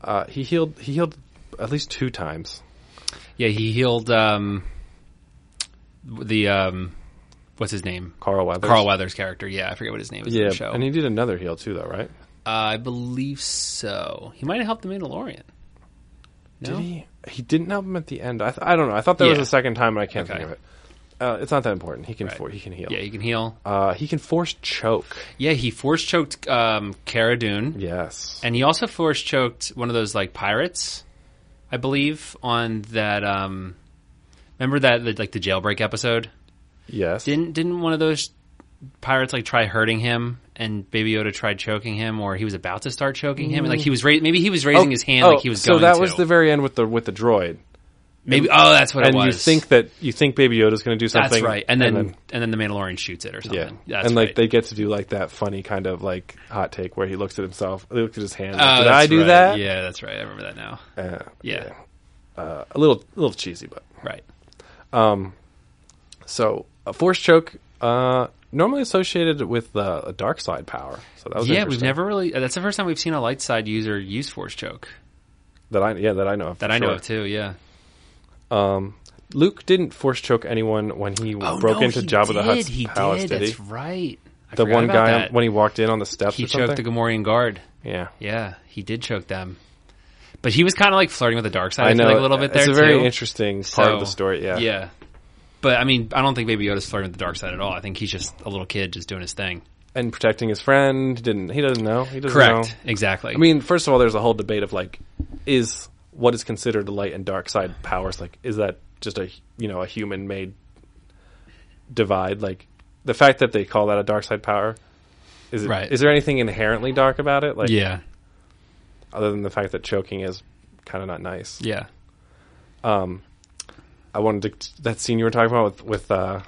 D: Uh, he healed. He healed at least two times.
C: yeah. He healed um, the um, what's his name?
D: Carl Weathers.
C: Carl Weathers' character. Yeah, I forget what his name is in
D: Yeah,
C: the show. Uh,
D: and he did another heal too, though, right?
C: I believe so. He might have helped the Mandalorian. No?
D: Did he? He didn't help him at the end. I, th- I don't know. I thought there was
C: Yeah.
D: a second time, and I can't
C: Okay.
D: think of it. Uh, it's not that important. He can
C: Right.
D: for- he can heal.
C: Yeah, he can heal.
D: uh, he can force choke.
C: Yeah, he force choked um, Cara Dune,
D: Yes.
C: and he also force choked one of those like pirates, I believe, on that. Um, remember that the- like the jailbreak episode?
D: yes.
C: Didn't didn't one of those pirates like try hurting him, and Baby Yoda tried choking him, or he was about to start choking him, and like he was ra- maybe he was raising his hand
D: Oh,
C: like he was
D: so
C: going
D: that
C: to.
D: was the very end with the with the droid
C: Maybe oh, that's what
D: and
C: it was.
D: you think that you think Baby Yoda's going to do something.
C: that's right, and then, and then the Mandalorian shoots it or
D: yeah,
C: something. That's
D: and like
C: right.
D: they get to do like that funny kind of like hot take where he looks at himself, he looks at his hand.
C: Oh,
D: Like, Did
C: that's
D: I do
C: right.
D: that?
C: Yeah, that's right. I remember that now.
D: Uh,
C: Yeah,
D: a little, a little cheesy, but
C: right.
D: so a force choke. Uh, normally associated with uh, a dark side power. So that was
C: Yeah, we've
D: interesting.
C: never really. uh, That's the first time we've seen a light side user use force choke
D: that I yeah that I know of,
C: that
D: for
C: I know
D: sure.
C: of too. Yeah.
D: Luke didn't force choke anyone when he Oh, broke into Jabba the Hutt's
C: Oh, He
D: palace.
C: did.
D: Did
C: That's
D: he?
C: right. I
D: The
C: forgot
D: one
C: about
D: guy
C: that.
D: when he walked in on the steps.
C: he
D: or
C: choked the
D: something?
C: Gamorrean guard.
D: yeah.
C: Yeah, he did choke them, but he was kind of like flirting with the dark side. I,
D: I know
C: feel like a little bit there
D: It's a very
C: too.
D: interesting part of the
C: So,
D: story. Yeah,
C: yeah. But I mean, I don't think Baby Yoda's flirting with the dark side at all. I think he's just a little kid, just doing his thing.
D: and protecting his friend. He didn't he doesn't know. He doesn't
C: Correct.
D: know.
C: Exactly.
D: I mean, first of all, there's a whole debate of like, is what is considered light and dark side powers? Like, is that just a you know a human made divide? Like, the fact that they call that a dark side power. Is, it,
C: Right.
D: is there anything inherently dark about it? Like,
C: yeah,
D: other than the fact that choking is kind of not nice.
C: yeah.
D: I wanted to that scene you were talking about with with uh,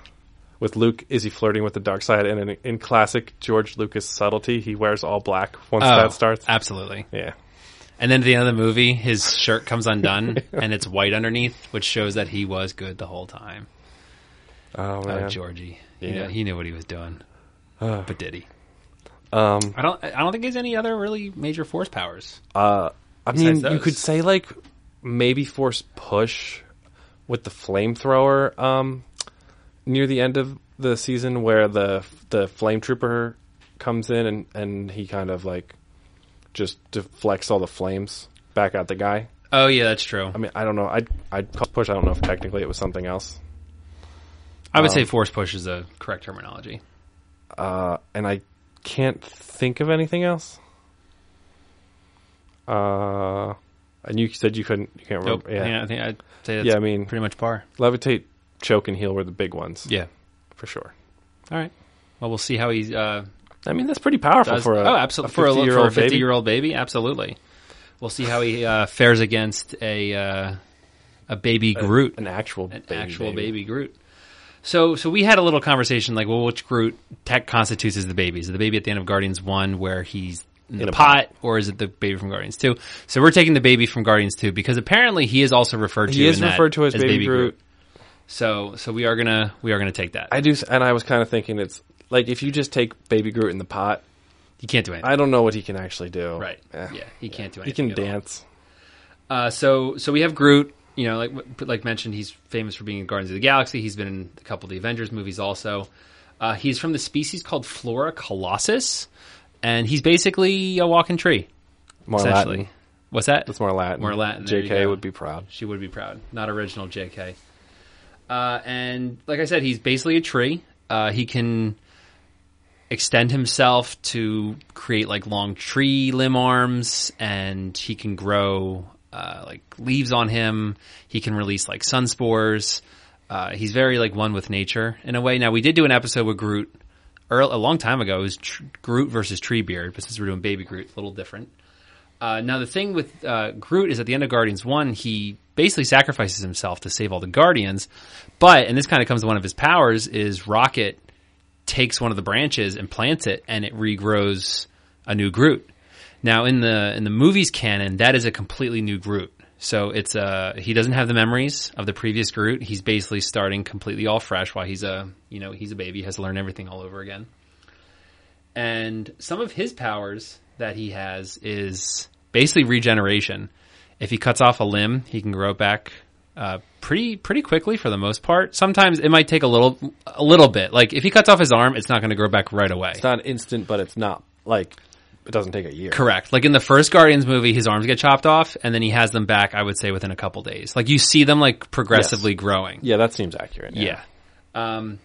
D: with Luke. Is he flirting with the dark side? And in, in classic George Lucas subtlety, he wears all black once
C: Oh,
D: that starts.
C: absolutely.
D: yeah,
C: And then at the end of the movie, his shirt comes undone and it's white underneath, which shows that he was good the whole time.
D: oh man,
C: Oh, Georgie,
D: Yeah.
C: you know, he knew what he was doing, but did he? Um, I don't. I don't think there's any other really major force powers.
D: I mean,
C: besides
D: you
C: those.
D: could say like maybe force push with the flamethrower um, near the end of the season where the the flame trooper comes in and and he kind of like just deflects all the flames back at the guy.
C: Oh yeah, that's true.
D: I mean, I don't know. I'd, I'd call push. I don't know if technically it was something else.
C: I would
D: Um,
C: say force push is the correct terminology.
D: And I can't think of anything else. Uh, and you said you couldn't, you can't
C: Nope.
D: remember.
C: Yeah.
D: Yeah.
C: I think I'd say that's
D: Yeah, I mean-
C: pretty much par.
D: Levitate, choke, and heal were the big ones.
C: Yeah.
D: For sure.
C: All right. Well, we'll see how he uh,
D: I mean, that's pretty powerful
C: does.
D: Oh, for a,
C: oh, absolutely. For a little- for a
D: fifty-year-old baby.
C: fifty-year-old baby, absolutely. We'll see how he uh, fares against a uh, a baby Groot,
D: an actual,
C: an
D: baby
C: actual baby. Groot. So, so we had a little conversation like, well, which Groot tech constitutes as the baby? Is it the baby at the end of Guardians One where he's in, the
D: a
C: pot, or is it the baby from Guardians Two? So we're taking the baby from Guardians Two because apparently he is also referred to.
D: He is
C: in that
D: referred to as, baby, Groot.
C: So, so we are gonna we are gonna take that.
D: I do, s- and I was kind of thinking it's like if you just take baby Groot in the pot,
C: you can't do anything.
D: I don't know what he can actually do.
C: Right.
D: Eh.
C: Yeah, he can't do
D: He
C: anything.
D: can
C: at all.
D: dance.
C: Uh, so, so we have Groot. You know, like like mentioned, he's famous for being in Guardians of the Galaxy. He's been in a couple of the Avengers movies also. Uh, he's from the species called Flora colossus, and he's basically a walking tree.
D: More
C: essentially,
D: Latin.
C: what's that?
D: That's more Latin.
C: More Latin. there you
D: JK
C: go.
D: would be proud.
C: She would be proud. Not original JK. Uh, and like I said, he's basically a tree. Uh, he can extend himself to create like long tree limb arms, and he can grow uh, like leaves on him. He can release like sun spores. Uh, he's very like one with nature in a way. Now we did do an episode with Groot earl- a long time ago. It was tr- Groot versus Treebeard, but since we're doing Baby Groot, a little different. Uh, now the thing with uh, Groot is at the end of Guardians One, he basically sacrifices himself to save all the Guardians. But and this kind of comes to one of his powers is Rocket takes one of the branches and plants it, and it regrows a new Groot. Now in the in the movies canon, that is a completely new Groot. So it's uh he doesn't have the memories of the previous Groot. He's basically starting completely all fresh while he's a you know he's a baby has to learn everything all over again. And some of his powers that he has is basically regeneration. If he cuts off a limb, he can grow it back uh, pretty pretty quickly for the most part. Sometimes it might take a little a little bit. Like if he cuts off his arm, it's not going to grow back right away.
D: It's not instant, but it's not like it doesn't take a year.
C: Correct. Like in the first Guardians movie, his arms get chopped off, and then he has them back. I would say within a couple days. Like you see them like progressively growing.
D: Yeah, that seems accurate.
C: Yeah. Um,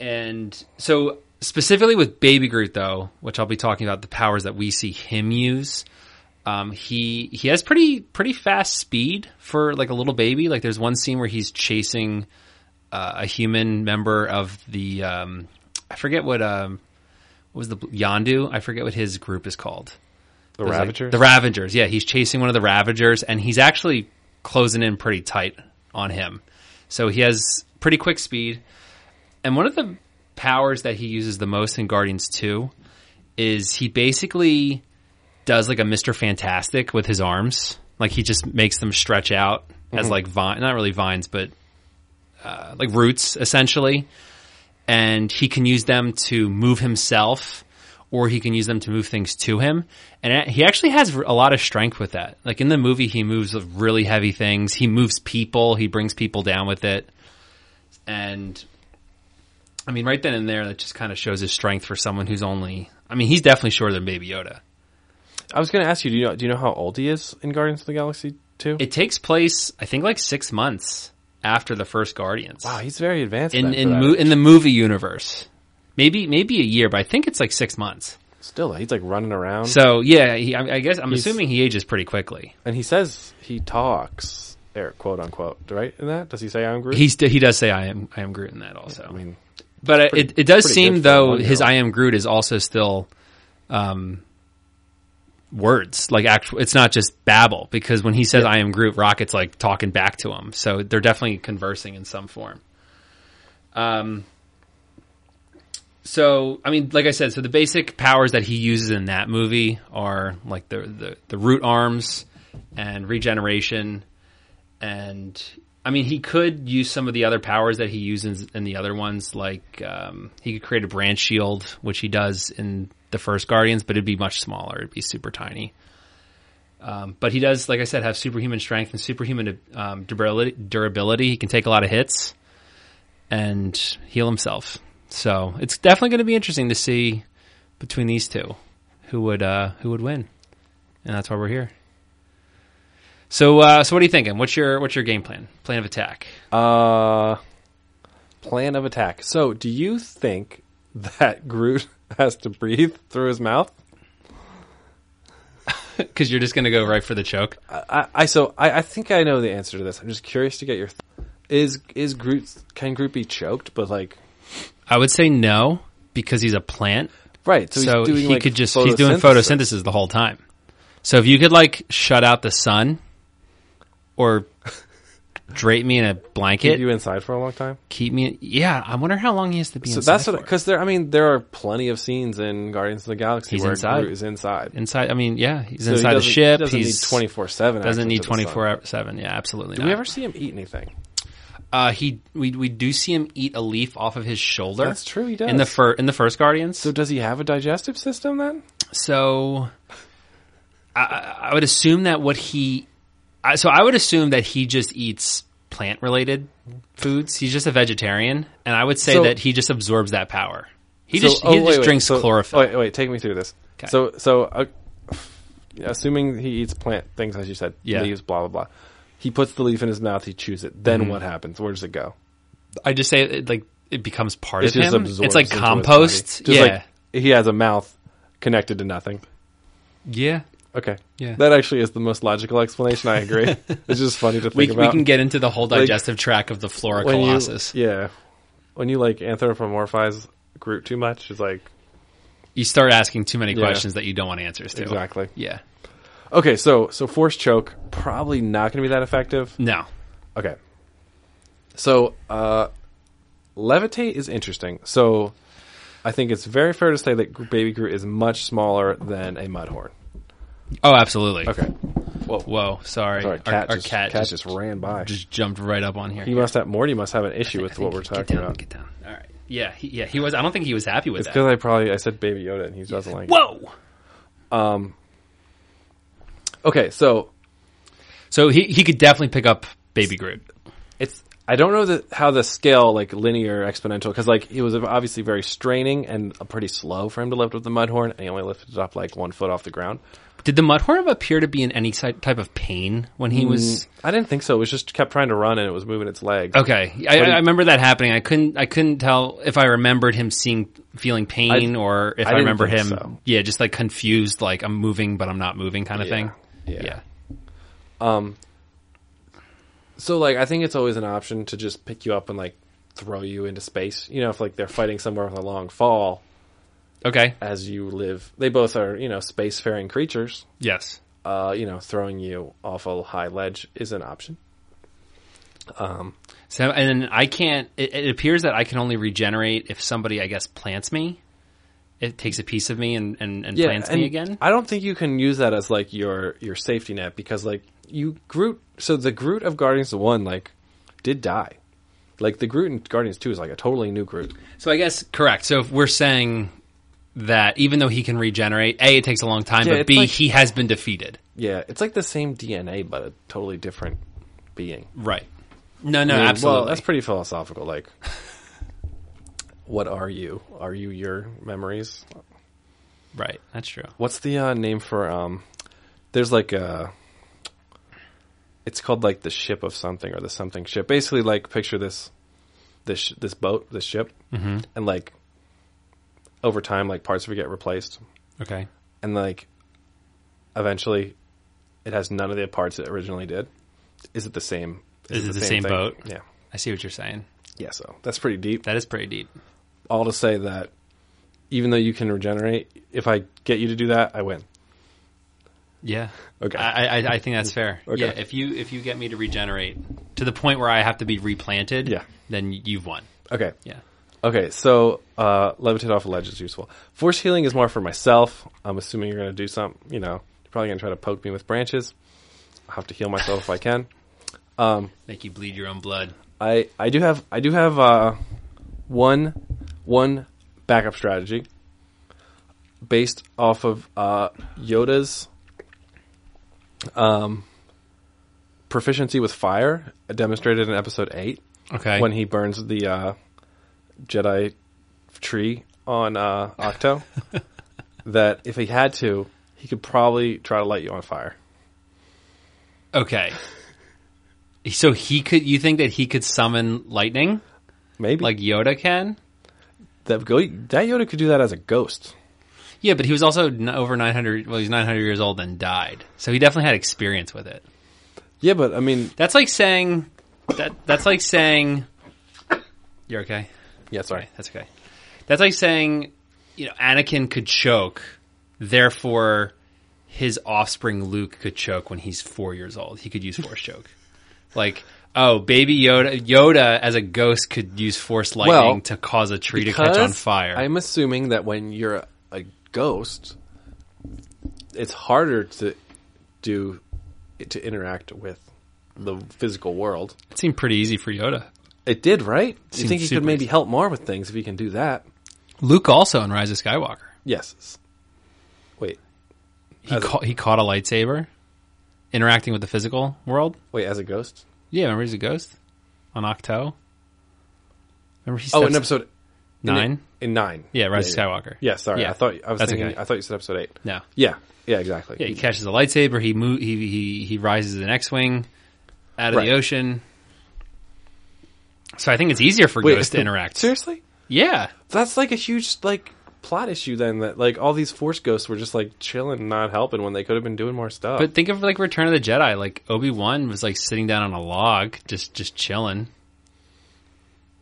C: and so specifically with Baby Groot, though, which I'll be talking about the powers that we see him use. Um, he he has pretty pretty fast speed for like a little baby. Like there's one scene where he's chasing uh, a human member of the um, I forget what um what was the Yandu I forget what his group is called.
D: the
C: There's, like,
D: Ravagers.
C: the Ravagers. Yeah, he's chasing one of the Ravagers, and he's actually closing in pretty tight on him. So he has pretty quick speed. And one of the powers that he uses the most in Guardians 2 is he basically does like a Mr. Fantastic with his arms. Like he just makes them stretch out
D: Mm-hmm.
C: as like vine, not really vines, but uh, like roots essentially. And he can use them to move himself or he can use them to move things to him. And a- he actually has a lot of strength with that. Like in the movie, he moves really heavy things. He moves people. He brings people down with it. And I mean, right then and there, that just kind of shows his strength for someone who's only, I mean, he's definitely shorter than Baby Yoda.
D: I was going to ask you, do you know do you know how old he is in Guardians of the Galaxy 2?
C: It takes place, I think, like six months after the first Guardians.
D: wow, he's very advanced
C: In
D: then for
C: in
D: that
C: mo-
D: age.
C: in the movie universe, maybe maybe a year, but I think it's like six months.
D: Still, he's like running around.
C: So yeah, he, I, I guess I'm
D: He's-
C: assuming he ages pretty quickly.
D: and he says he talks, there, quote unquote, right? In that, does he say I'm Groot?
C: He st- he does say I am I am Groot in that also.
D: I mean,
C: but it-
D: pretty-
C: it it does
D: pretty
C: seem
D: good for a
C: though
D: one-year-old.
C: his I am Groot is also still, um, words like actual. It's not just babble because when he says I am Groot, Rocket's like talking back to him. So they're definitely conversing in some form. Um, so I mean, like I said, so the basic powers that he uses in that movie are like the the, the root arms and regeneration, and I mean, he could use some of the other powers that he uses in the other ones, like um, he could create a branch shield, which he does in the first Guardians, but it'd be much smaller; it'd be super tiny. Um, but he does, like I said, have superhuman strength and superhuman um, durability. durability. He can take a lot of hits and heal himself. So it's definitely going to be interesting to see between these two who would uh, who would win, and that's why we're here. So uh, so what are you thinking? What's your what's your game plan? Plan of attack?
D: uh, plan of attack. So, do you think that Groot has to breathe through his mouth?
C: Because you're just going to go right for the choke.
D: I, I so I, I think I know the answer to this. I'm just curious to get your. Th- is is Groot can Groot be choked? But like,
C: I would say no because he's a plant,
D: right? So,
C: so,
D: he's doing
C: he
D: like,
C: could just he's doing photosynthesis the whole time. So if you could like shut out the sun, or drape me in a blanket,
D: Keep you inside for a long time.
C: keep me. Yeah, I wonder how long he has to be.
D: So
C: inside
D: that's what
C: for.
D: because there. I mean, there are plenty of scenes in Guardians of the Galaxy
C: He's
D: where
C: inside.
D: Groot is inside.
C: inside. I mean, yeah, he's
D: So he
C: inside the
D: doesn't-
C: ship.
D: Doesn't
C: he's
D: need twenty four seven.
C: Doesn't need twenty four seven. Yeah, absolutely.
D: Do
C: not.
D: we ever see him eat anything?
C: Uh, he we we do see him eat a leaf off of his shoulder.
D: That's true, he does.
C: in the fir- in the first Guardians.
D: So
C: So,
D: does he have a digestive system then?
C: I, I would assume that what he, I, so I would assume that he just eats plant related foods. He's just a vegetarian, and I would say
D: So-
C: that he just absorbs that power. He
D: So-
C: just
D: oh,
C: he
D: wait,
C: just
D: wait,
C: drinks
D: so- uh,
C: chlorophyll.
D: Wait, wait, take me through this.
C: 'Kay.
D: So, so uh, assuming he eats plant things, as you said,
C: Yeah.
D: leaves, blah blah blah. He puts the leaf in his mouth. He chews it.
C: Mm-hmm.
D: Then what happens? Where does it go?
C: I just say it, like it becomes part
D: It
C: of
D: just
C: him.
D: absorbs.
C: It's like
D: into his body.
C: compost.
D: Just
C: Yeah,
D: like he has a mouth connected to nothing.
C: yeah.
D: Okay.
C: Yeah.
D: That actually is the most logical explanation. I agree. it's just funny to think
C: we,
D: about.
C: we can get into the whole
D: Like,
C: digestive tract of the flora
D: when you,
C: colossus. You,
D: yeah. When you like anthropomorphize Groot too much, it's like
C: start asking too many
D: Yeah.
C: questions that you don't want answers to.
D: exactly.
C: Yeah.
D: Okay, so so force choke probably not going to be that effective.
C: No.
D: Okay. So, uh levitate is interesting. So, I think it's very fair to say that Gro- Baby Groot is much smaller than a Mudhorn.
C: Oh, absolutely.
D: Okay.
C: Whoa. Sorry.
D: Sorry, cat,
C: our,
D: just,
C: our cat, just,
D: just ran by.
C: just jumped right up on here.
D: He must have Morty must have an issue with what we're
C: Get
D: talking
C: down.
D: about.
C: Get down. All right. Yeah. He, yeah. He was. I don't think he was happy with
D: It's
C: that.
D: because I probably I said Baby Yoda and he doesn't like it.
C: Whoa.
D: Okay, so
C: So he he could definitely pick up Baby Groot.
D: it's I don't know the, how the scale like linear exponential because like it was obviously very straining and pretty slow for him to lift with the mudhorn and he only lifted it up like one foot off the ground.
C: Did the Mudhorn appear to be in any si- type of pain when
D: Mm.
C: he was?
D: I didn't think so. It was just kept trying to run and it was moving its legs.
C: Okay, I,
D: But he-
C: I remember that happening. I couldn't. I couldn't tell if I remembered him seeing, feeling pain,
D: I-
C: or if
D: I
C: I,
D: didn't
C: remember
D: think
C: him.
D: so.
C: Yeah, just like confused, like I'm moving but I'm not moving, kind of
D: Yeah.
C: thing.
D: Yeah. So like I think it's always an option to just pick you up and like throw you into space. You know, if like they're fighting somewhere with a long fall
C: Okay.
D: as you live, they both are you know spacefaring creatures.
C: Yes.
D: Uh, you know, throwing you off a high ledge is an option.
C: So and then I can't. It, it appears that I can only regenerate if somebody, I guess, plants me. It takes a piece of me and and, and plants me
D: and
C: again.
D: I don't think you can use that as like your your safety net because like you Groot. So the Groot of Guardians one like did die. Like the Groot in Guardians two is like a totally new Groot.
C: So I guess correct. So if we're saying that even though he can regenerate, a it takes a long time,
D: Yeah,
C: but
D: it's
C: b
D: like-
C: he has been defeated.
D: Yeah, it's like the same DNA but a totally different being.
C: Right. No, no,
D: I mean,
C: Uh, absolutely.
D: Well, that's pretty philosophical. Like, what are you? Are you your memories?
C: right. That's true.
D: What's the uh, name for? Um, there's like a. It's called like the ship of something or the something ship. Basically, like picture this, this sh- this boat, this ship, mm-hmm. and like over time, like parts of it get replaced,
C: Okay.
D: and like eventually, it has none of the parts it originally did. Is it the same?
C: Is it the same
D: thing?
C: boat?
D: Yeah,
C: I see what you're saying.
D: yeah. So that's pretty deep.
C: That is pretty deep.
D: all to say that even though you can regenerate, if I get you to do that, I win.
C: Yeah.
D: Okay.
C: I, I, I think that's fair.
D: Okay.
C: Yeah. If you if you get me to regenerate to the point where I have to be replanted,
D: Yeah.
C: then you've won.
D: Okay.
C: Yeah.
D: Okay. So uh, levitate off a ledge is useful. Force healing is more for myself. I'm assuming you're going to do something. You know, you're probably going to try to poke me with branches. I'll have to heal myself if I can.
C: Make you bleed your own blood.
D: I I do have I do have uh, one one backup strategy based off of uh, Yoda's um, proficiency with fire demonstrated in Episode Eight
C: Okay.
D: when he burns the uh, Jedi tree on uh, Octo. that if he had to, he could probably try to light you on fire.
C: okay. So he could. You think that he could summon lightning
D: Maybe
C: like Yoda can?
D: that, go- that Yoda could do that as a ghost.
C: Yeah, but he was also n- over 900. Well, he's 900 years old and died. So he definitely had experience with it.
D: Yeah, but I mean,
C: That's like saying that that's like saying You're okay.
D: yeah, sorry.
C: That's okay. That's like saying, you know, Anakin could choke, therefore his offspring Luke could choke when he's 4 years old. He could use force choke. Like Oh, baby Yoda! Yoda as a ghost could use force lightning
D: Well,
C: to cause a tree to catch on
D: Because
C: fire.
D: I'm assuming that when you're a, a ghost, it's harder to do to interact with the physical world.
C: it seemed pretty easy for Yoda.
D: It did, right? you
C: Seems
D: think he could
C: super
D: maybe
C: easy.
D: help more with things if he can do that?
C: Luke also in Rise of Skywalker.
D: Yes. Wait,
C: He
D: As a-
C: caught he caught a lightsaber, interacting with the physical world.
D: wait. As a ghost?
C: Yeah, remember he's a ghost on Octo. Remember he
D: Oh,
C: steps-
D: in episode in- e,
C: nine.
D: In, nine.
C: yeah, Rise of Skywalker.
D: Yeah, sorry.
C: Yeah.
D: I thought I was
C: That's
D: thinking.
C: okay.
D: I thought you said episode eight.
C: No,
D: Yeah. Yeah. Exactly.
C: yeah, he catches a lightsaber. He mo- he he he rises an X-wing out of
D: Right.
C: the ocean. So I think it's easier for
D: Wait,
C: ghosts to interact.
D: Seriously?
C: Yeah,
D: that's like a huge like plot issue then that like all these force ghosts were just like chilling and not helping when they could have been doing more stuff
C: but think of like Return of the Jedi. Like Obi Wan was like sitting down on a log, just just chilling.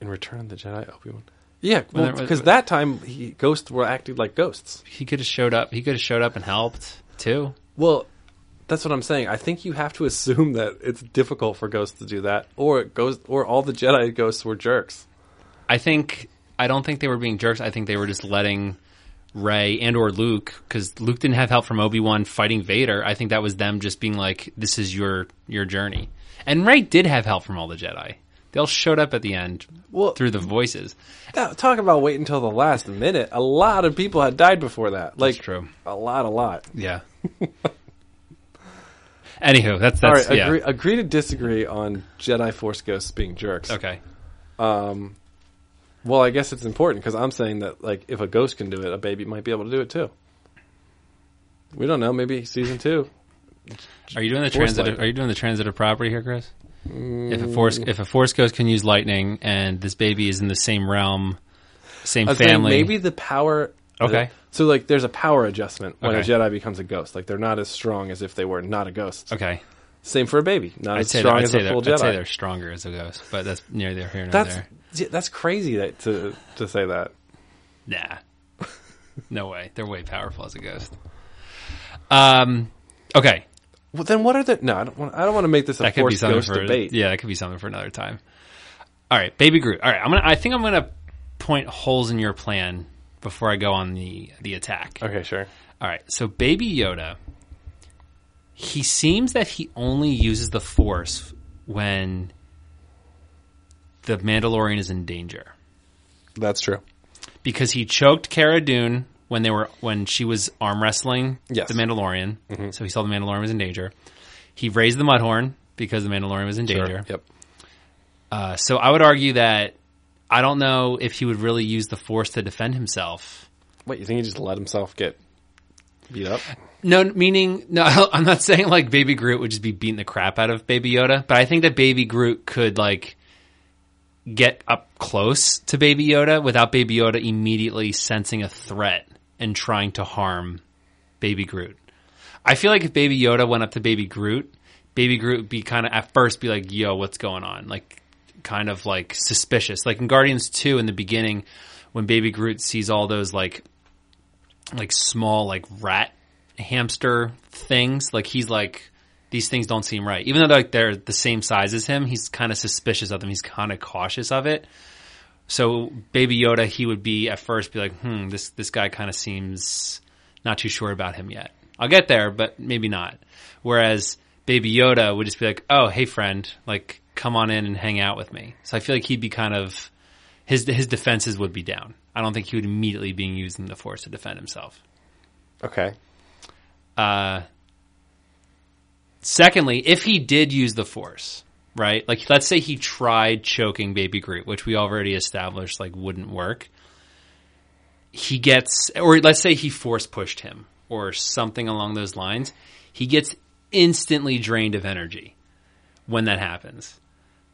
D: in return of the jedi obi-wan yeah
C: there was-
D: because that time he, ghosts were acting like ghosts
C: He could have showed up. He could have showed up and helped too.
D: well that's what i'm saying i think you have to assume that it's difficult for ghosts to do that or it goes or all the jedi ghosts were jerks
C: I think I don't think they were being jerks. I think they were just letting Ray and or Luke because Luke didn't have help from Obi Wan fighting Vader. I think that was them just being like, "This is your your journey." And Ray did have help from all the Jedi. They all showed up at the end
D: Well-
C: through the voices.
D: now, talk about wait until the last minute a lot of people had died before that like
C: true.
D: a lot a lot
C: Yeah. Anywho, that's
D: all
C: that's
D: right
C: yeah.
D: agree, agree to disagree on jedi force ghosts being jerks
C: Okay.
D: Well, I guess it's important because I'm saying that like if a ghost can do it, a baby might be able to do it too. We don't know. Maybe season two.
C: Are you doing the
D: Force
C: transitive?
D: lightning. Mm.
C: Are you doing the transitive property here, Chris? If a force if a force ghost can use lightning and this baby is in the same realm, same
D: I was saying
C: family,
D: maybe the power.
C: Okay.
D: so like, there's a power adjustment when
C: Okay.
D: a Jedi becomes a ghost. Like they're not as strong as if they were not a ghost.
C: okay.
D: Same for a baby. Not
C: I'd
D: as
C: say,
D: strong
C: I'd
D: as
C: say
D: a
C: they're,
D: full
C: I'd say
D: Jedi.
C: they're stronger as a ghost, but that's near there, here, nor
D: That's
C: there.
D: yeah, that's crazy that, to to say that.
C: Nah, no way. They're way powerful as a ghost. Um, okay.
D: Well, then what are the? No, I don't want. I don't want to make this a
C: that could be
D: forced
C: something
D: ghost
C: for
D: debate.
C: yeah, that could be something for another time. All right, Baby Groot. All right, I'm gonna. I think I'm gonna point holes in your plan before I go on the the attack.
D: Okay, sure.
C: All right, so Baby Yoda. He seems that he only uses the Force when the Mandalorian is in danger
D: That's true.
C: because he choked Cara Dune when they were when she was arm wrestling
D: Yes. Mm-hmm.
C: the Mandalorian. So he saw the Mandalorian was in danger. He raised the Mudhorn because the Mandalorian was in
D: Sure.
C: danger.
D: Yep.
C: Uh, so I would argue that I don't know if he would really use the Force to defend himself.
D: Wait, you think he just let himself get beat up?
C: No, meaning no. I'm not saying like Baby Groot would just be beating the crap out of Baby Yoda, but I think that Baby Groot could like get up close to Baby Yoda without Baby Yoda immediately sensing a threat and trying to harm Baby Groot. I feel like if Baby Yoda went up to Baby Groot, Baby Groot would be kind of at first be like, "Yo, what's going on?" Like, kind of like suspicious. Like in Guardians Two in the beginning, when Baby Groot sees all those like like small like rat hamster things, like he's like. These things don't seem right. Even though like they're the same size as him, he's kind of suspicious of them. He's kind of cautious of it. So Baby Yoda, he would be at first be like, "Hmm, this this guy kind of seems not too sure about him yet. I'll get there, but maybe not." Whereas Baby Yoda would just be like, "Oh, hey friend, like come on in and hang out with me." So I feel like he'd be kind of his his defenses would be down. I don't think he would immediately be using the force to defend himself.
D: Okay.
C: Secondly, if he did use the force, right? Like let's say he tried choking baby Groot, which we already established like wouldn't work. He gets or let's say he force pushed him or something along those lines. He gets instantly drained of energy when that happens.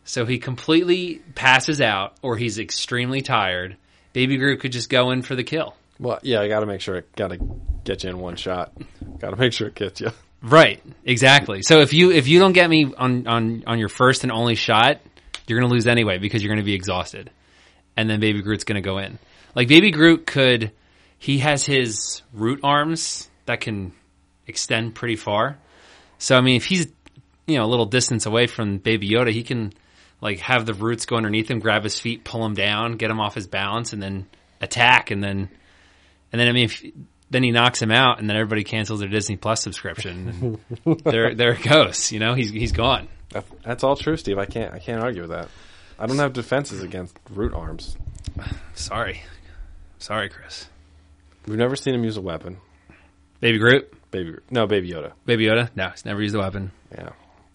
C: So he completely passes out or he's extremely tired. Baby Groot could just go in for the kill.
D: Well, yeah, I got to make sure it got to get you in one shot. Got to make sure it gets you.
C: Right, exactly. So if you if you don't get me on on on your first and only shot, you're going to lose anyway because you're going to be exhausted. And then Baby Groot's going to go in. Like Baby Groot could he has his root arms that can extend pretty far. So I mean, if he's you know a little distance away from Baby Yoda, he can like have the roots go underneath him, grab his feet, pull him down, get him off his balance and then attack and then and then I mean, if, then he knocks him out, and then everybody cancels their Disney Plus subscription. And there, there it goes. You know, he's he's gone.
D: That- That's all true, Steve. I can't I can't argue with that. I don't have defenses against root arms.
C: Sorry, sorry, Chris.
D: We've never seen him use a weapon.
C: Baby Groot,
D: Baby Groot- No, Baby Yoda.
C: Baby Yoda. No, he's never used a weapon.
D: Yeah.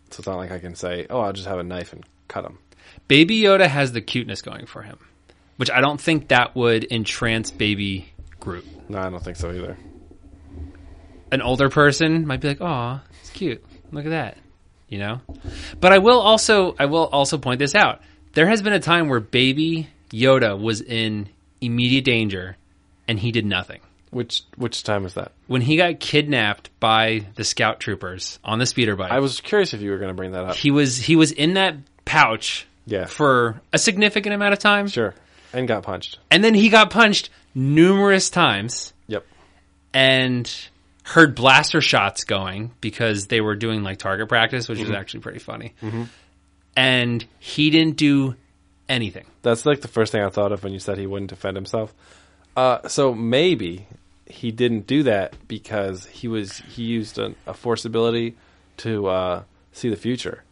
D: So it's not like I can say, "Oh, I'll just have a knife and cut him."
C: Baby Yoda has the cuteness going for him, which I don't think that would entrance Baby Groot.
D: No, I don't think so either.
C: an older person might be like, "Aw, it's cute. Look at that." You know? But I will also I will also point this out. There has been a time where baby Yoda was in immediate danger and he did nothing.
D: Which which time is that?
C: When he got kidnapped by the scout troopers on the speeder bike.
D: I was curious if you were going to bring that up.
C: he was he was in that pouch
D: Yeah.
C: for a significant amount of time
D: Sure. And got punched.
C: and then he got punched numerous times.
D: Yep.
C: and heard blaster shots going because they were doing like target practice, which was actually pretty funny. And he didn't do anything.
D: That's like the first thing I thought of when you said he wouldn't defend himself. Uh, so maybe he didn't do that because he was he used an, a force ability to uh, see the future,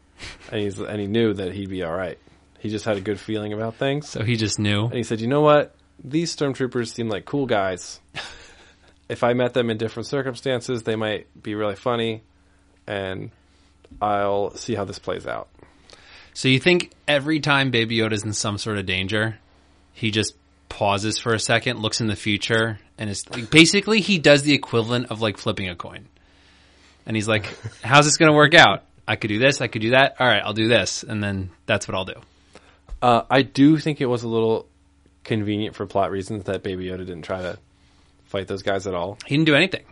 D: and he's and he knew that he'd be all right. He just had a good feeling about things,
C: So he just knew.
D: and he said, "You know what? These stormtroopers seem like cool guys. if I met them in different circumstances, they might be really funny, and I'll see how this plays out."
C: So you think every time Baby Yoda's in some sort of danger, he just pauses for a second, looks in the future, and is like, basically he does the equivalent of like flipping a coin. And he's like, "How's this going to work out? I could do this. I could do that. All right, I'll do this, and then that's what I'll do."
D: Uh, I do think it was a little convenient for plot reasons that Baby Yoda didn't try to fight those guys at all.
C: He didn't do anything.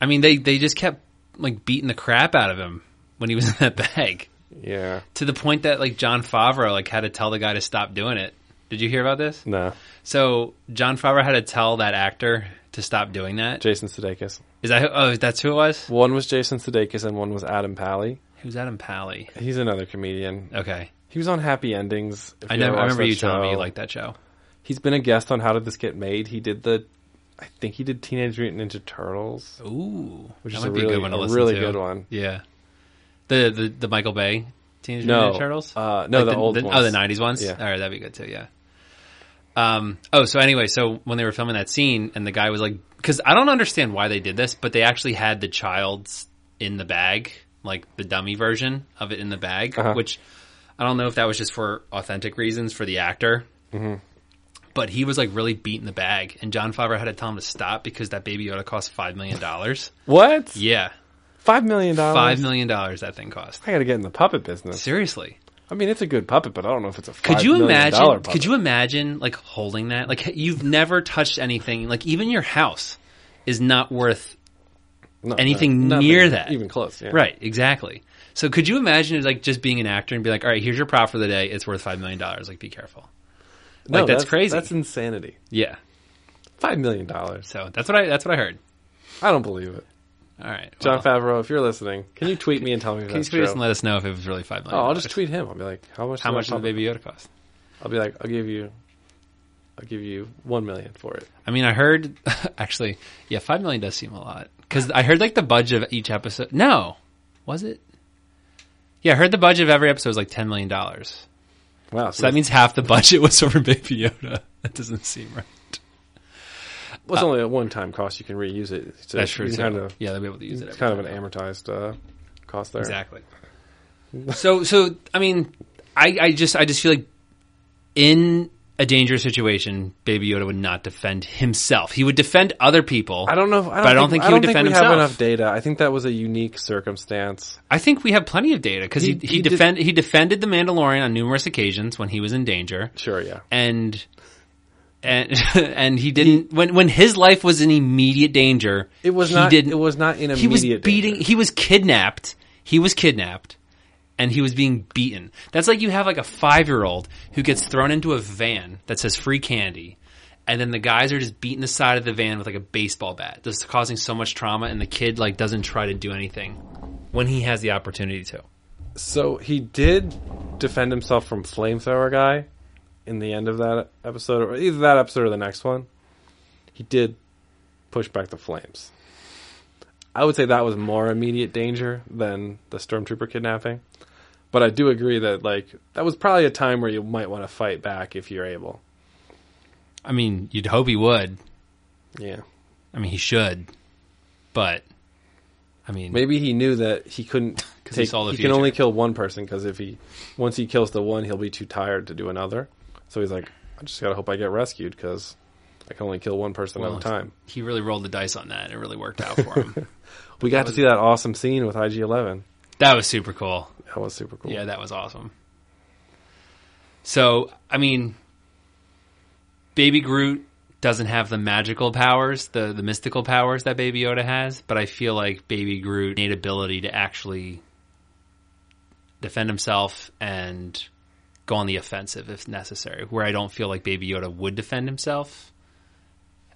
C: I mean, they, they just kept like beating the crap out of him when he was in that bag
D: Yeah.
C: to the point that like John Favreau like had to tell the guy to stop doing it. Did you hear about this?
D: No.
C: So John Favreau had to tell that actor to stop doing that.
D: Jason Sudeikis.
C: Is that who, oh that's who it was?
D: One was Jason Sudeikis and one was Adam Pally.
C: Who's Adam Pally?
D: He's another comedian.
C: Okay,
D: He was on Happy Endings. if
C: I
D: you ever
C: know. I
D: watched
C: remember
D: that
C: you telling me
D: show.
C: you liked that show.
D: He's been a guest on How Did This Get Made. He did the, I think he did Teenage Mutant Ninja Turtles.
C: Ooh,
D: Which
C: that
D: is
C: might
D: a
C: be a
D: really-
C: good one to
D: a
C: listen
D: really
C: to.
D: good one.
C: Yeah, the the, the Michael Bay Teenage
D: No,
C: Mutant Ninja Turtles.
D: uh, no, the old
C: Oh, the
D: ones.
C: nineties ones.
D: Yeah.
C: all right, that'd be good too. Yeah. Um. Oh, so anyway, so when they were filming that scene, and the guy was like, because I don't understand why they did this, but they actually had the child's in the bag, like the dummy version of it in the bag,
D: Uh-huh.
C: which I don't know if that was just for authentic reasons for the actor.
D: Mm-hmm.
C: But he was like really beating the bag, and John Favreau had to tell him to stop because that baby Yoda cost five million dollars.
D: What?
C: Yeah,
D: Five million dollars.
C: five million dollars that thing cost.
D: I got to get in the puppet business.
C: Seriously,
D: I mean, it's a good puppet, but I don't know if it's a.
C: could
D: $5
C: you
D: million dollar
C: imagine?
D: puppet.
C: Could you imagine like holding that? Like you've never touched anything. Like even your house is not worth
D: No,
C: anything
D: no, nothing
C: near that.
D: Even close. Yeah.
C: right. Exactly. So could you imagine like just being an actor and be like, all right, here's your prop for the day. It's worth five million dollars. Like be careful.
D: No,
C: Like, that's crazy.
D: That's insanity.
C: Yeah.
D: Five million dollars.
C: So that's what I that's what I heard.
D: I don't believe it.
C: All right,
D: John
C: well,
D: Favreau, if you're listening, can you tweet me and tell me if
C: Can you
D: that's
C: tweet us
D: true?
C: and let us know if it was really five million?
D: oh, I'll just tweet him. I'll be like, how much?
C: How
D: did
C: much did
D: I
C: the baby Yoda cost?
D: I'll be like, I'll give you, I'll give you one million for it.
C: I mean, I heard actually, yeah, five million does seem a lot because I heard like the budget of each episode. No, was it? Yeah, I heard the budget of every episode was like ten million dollars.
D: Wow.
C: So that means half the budget was over Baby Yoda. That doesn't seem right.
D: well, it's only a one-time cost. You can reuse it. So
C: That's true.
D: you
C: Too.
D: Kind of,
C: yeah, they'll be able to use it.
D: it's
C: every
D: kind of
C: time.
D: an amortized uh, cost there.
C: Exactly. so so I mean, I, I just I just feel like in a dangerous situation, Baby Yoda would not defend himself. He would defend other people.
D: I don't know. If, I don't
C: but I don't think, he would
D: we
C: defend
D: have
C: himself.
D: enough data. I think that was a unique circumstance.
C: I think we have plenty of data because he,
D: He-
C: he,
D: he did-
C: defend he defended the Mandalorian on numerous occasions when he was in danger.
D: Sure. Yeah.
C: and and and he didn't when when his life was in immediate danger.
D: It was
C: he
D: not-
C: Didn't,
D: it was not in
C: He was
D: immediate
C: beating.
D: danger.
C: He was kidnapped. He was kidnapped, and he was being beaten. That's like you have like a five year old who gets thrown into a van that says free candy. And then the guys are just beating the side of the van with like a baseball bat. This is causing so much trauma, and the kid like doesn't try to do anything when he has the opportunity to.
D: So he did defend himself from flamethrower guy in the end of that episode, or either that episode or the next one. He did push back the flames. I would say that was more immediate danger than the stormtrooper kidnapping. But I do agree that like that was probably a time where you might want to fight back if you're able.
C: I mean, you'd hope he would.
D: Yeah.
C: I mean, he should, but I mean,
D: Maybe he knew that he couldn't
C: he
D: take.
C: saw the
D: he can only
C: future.
D: kill one person because if he once he kills the one, he'll be too tired to do another. So he's like, I just gotta hope I get rescued because I can only kill one person
C: well,
D: at a time.
C: He really rolled the dice on that. It really worked out for him.
D: We got to see that awesome scene with IG Eleven.
C: that was super cool.
D: That was super cool.
C: Yeah, that was awesome. So, I mean, Baby Groot doesn't have the magical powers, the the mystical powers that Baby Yoda has, but I feel like Baby Groot made ability to actually defend himself and go on the offensive if necessary. Where I don't feel like Baby Yoda would defend himself.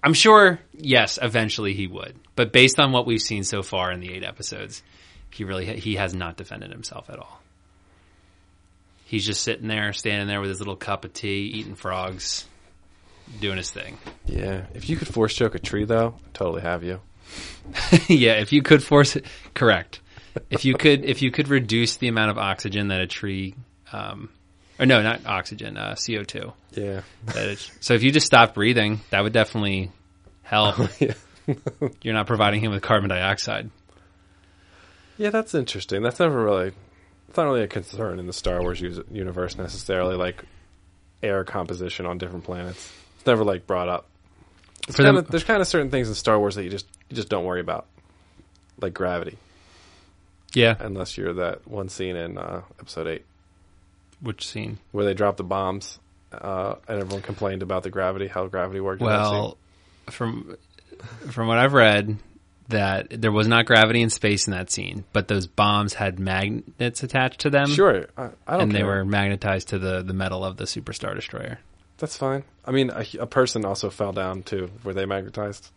C: I'm sure, yes, eventually he would, but based on what we've seen so far in the eight episodes, he really ha- he has not defended himself at all. He's just sitting there, standing there with his little cup of tea, eating frogs, doing his thing.
D: yeah. If you could force choke a tree, though, I'd totally have you.
C: yeah, if you could force it, correct. If you could, if you could reduce the amount of oxygen that a tree, um, or no, not oxygen, uh, CO two.
D: Yeah.
C: So if you just stop breathing, that would definitely help.
D: yeah.
C: You're not providing him with carbon dioxide.
D: Yeah, that's interesting. That's never really. It's not really a concern in the Star Wars us- universe necessarily. Like air composition on different planets. It's never like brought up.
C: For
D: Kinda-
C: them-
D: there's kind of certain things in Star Wars that you just you just don't worry about, like gravity,
C: yeah.
D: unless you're that one scene in uh, Episode Eight
C: Which scene?
D: where they drop the bombs uh, and everyone complained about the gravity, how gravity worked. in that
C: Well, from from what I've read, that there was not gravity in space in that scene, but those bombs had magnets attached to them.
D: scene. sure, I, I don't.
C: um, and they
D: care.
C: were magnetized to the, the metal of the Super Star Destroyer.
D: that's fine. I mean, a, a person also fell down too. Were they magnetized?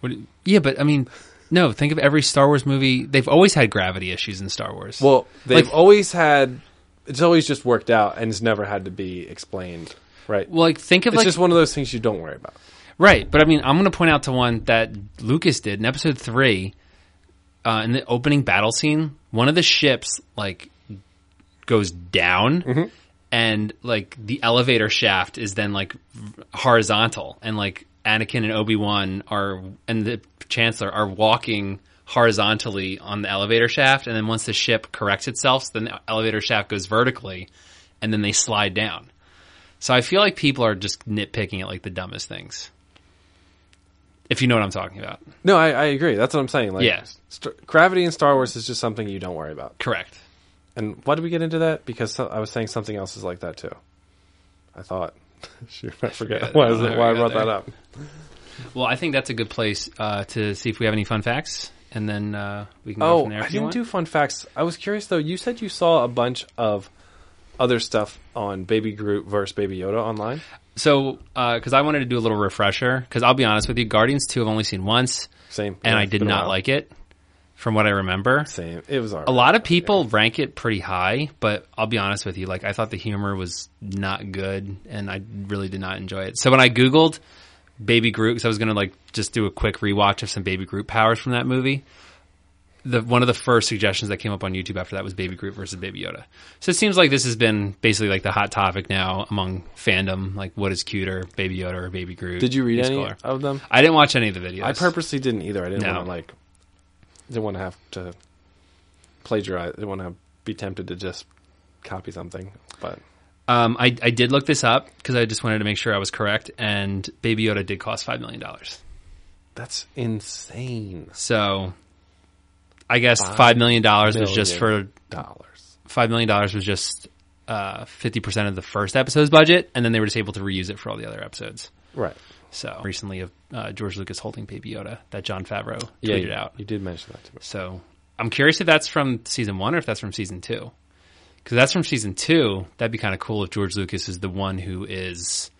C: What, do- yeah, but I mean, no. Think of every Star Wars movie. They've always had gravity issues in Star Wars.
D: Well, they've
C: Like-
D: always had. It's always just worked out, and it's never had to be explained, right?
C: well, like think of
D: it's
C: like
D: just one of those things you don't worry about.
C: Right, but I mean, I'm going to point out to one that Lucas did in episode three, uh, in the opening battle scene. One of the ships like goes down, and like the elevator shaft is then like v- horizontal, and like Anakin and Obi Wan are and the Chancellor are walking horizontally on the elevator shaft, and then once the ship corrects itself, so then the elevator shaft goes vertically, and then they slide down. So I feel like people are just nitpicking at like the dumbest things if you know what I'm talking about.
D: No, I, I agree. That's what I'm saying. Like,
C: Yeah.
D: st- gravity in Star Wars is just something you don't worry about.
C: Correct.
D: And why did we get into that? Because so- I was saying something else is like that too. I thought. Shoot, I forget.
C: forget.
D: Why, is it,
C: There
D: why I
C: we go,
D: brought that
C: there.
D: up?
C: Well, I think that's a good place uh, to see if we have any fun facts, and then uh, we can go
D: Oh,
C: from there.
D: I
C: If you
D: didn't
C: want.
D: do fun facts. I was curious though. You said you saw a bunch of other stuff on Baby Groot versus Baby Yoda online.
C: so because I wanted to do a little refresher. Because I'll be honest with you, Guardians Two I've only seen once,
D: Same,
C: and
D: Yeah,
C: I
D: it's
C: did
D: been a
C: not
D: while.
C: like it. From what I remember,
D: Same. It was alright.
C: a lot of people rank it pretty high, but I'll be honest with you, like I thought the humor was not good, and I really did not enjoy it. So when I googled Baby Groot, because I was gonna like just do a quick rewatch of some Baby Groot powers from that movie. The one of the first suggestions that came up on YouTube after that was Baby Groot versus Baby Yoda. So it seems like this has been basically like the hot topic now among fandom, like what is cuter, Baby Yoda or Baby Groot?
D: Did you read
C: Who's
D: any
C: cooler?
D: of them?
C: I didn't watch any of the videos.
D: I purposely didn't either. I didn't
C: No.
D: want to like. Didn't want to have to plagiarize. Didn't want to be tempted to just copy something. But
C: Um, I, I did look this up because I just wanted to make sure I was correct, and Baby Yoda did cost five million dollars.
D: that's insane.
C: So, I guess five million dollars was just for
D: Million dollars.
C: five million dollars was just uh, fifty percent of the first episode's budget, and then they were just able to reuse it for all the other episodes.
D: Right.
C: So recently, of uh, George Lucas holding Baby Yoda that John Favreau
D: Yeah,
C: tweeted
D: you,
C: out.
D: You did mention that to me.
C: So I'm curious if that's from season one or if that's from season two. Because that's from season two. That'd be kind of cool if George Lucas is the one who is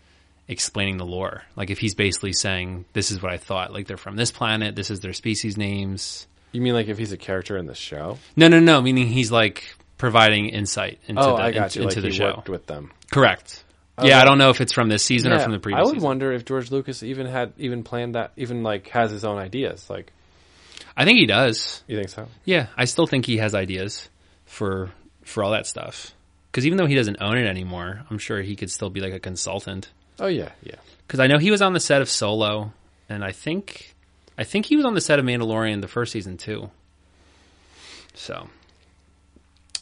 C: explaining the lore. Like if he's basically saying, "This is what I thought." Like they're from this planet. This is their species names.
D: You mean like if he's a character in the show?
C: No, no, no. Meaning he's like providing insight into
D: oh,
C: the
D: I got
C: in-
D: you.
C: into
D: like
C: the
D: he
C: show.
D: worked with them.
C: Correct. yeah, I don't know if it's from this season or from the
D: Yeah,
C: previous.
D: I would
C: season.
D: wonder if George Lucas even had even planned that. Even like has his own ideas. Like
C: I think he does.
D: you think so?
C: Yeah, I still think he has ideas for for all that stuff. Because even though he doesn't own it anymore, I'm sure he could still be like a consultant.
D: Oh yeah, yeah.
C: Because I know he was on the set of Solo, and I think I think he was on the set of Mandalorian the first season too. So,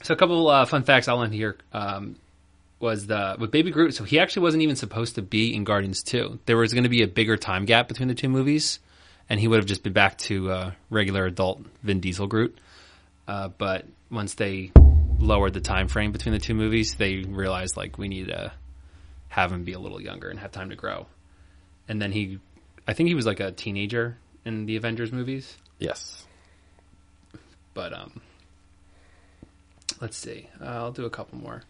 C: so a couple uh, fun facts I'll end here um, was the with Baby Groot. So he actually wasn't even supposed to be in Guardians Two. There was going to be a bigger time gap between the two movies, and he would have just been back to uh, regular adult Vin Diesel Groot. Uh, but once they lowered the time frame between the two movies, they realized like we need to have him be a little younger and have time to grow. And then he, I think he was like a teenager in the Avengers movies.
D: Yes.
C: But um, let's see. Uh, I'll do a couple more.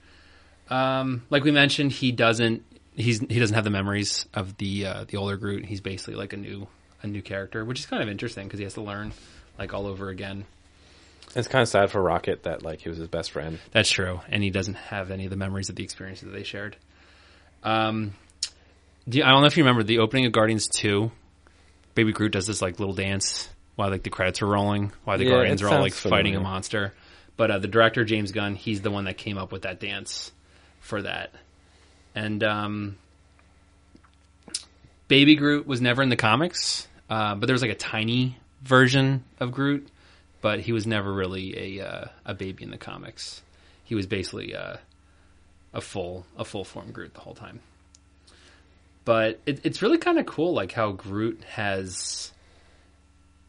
C: Um, like we mentioned, he doesn't. He's he doesn't have the memories of the uh, the older Groot. He's basically like a new a new character, which is kind of interesting because he has to learn like all over again.
D: It's kind of sad for Rocket that like he was his best friend.
C: That's true, and he doesn't have any of the memories of the experiences that they shared. Um, do you- I don't know if you remember the opening of Guardians Two. Baby Groot does this like little dance while like the credits are rolling, while the
D: Yeah,
C: Guardians
D: it
C: are all like
D: sounds
C: fighting a
D: familiar.
C: monster. But uh, the director James Gunn, he's the one that came up with that dance for that. And um, Baby Groot was never in the comics, uh, but there was like a tiny version of Groot, but he was never really a uh, a baby in the comics. He was basically uh, a full a full form Groot the whole time. But it, it's really kind of cool, like how Groot has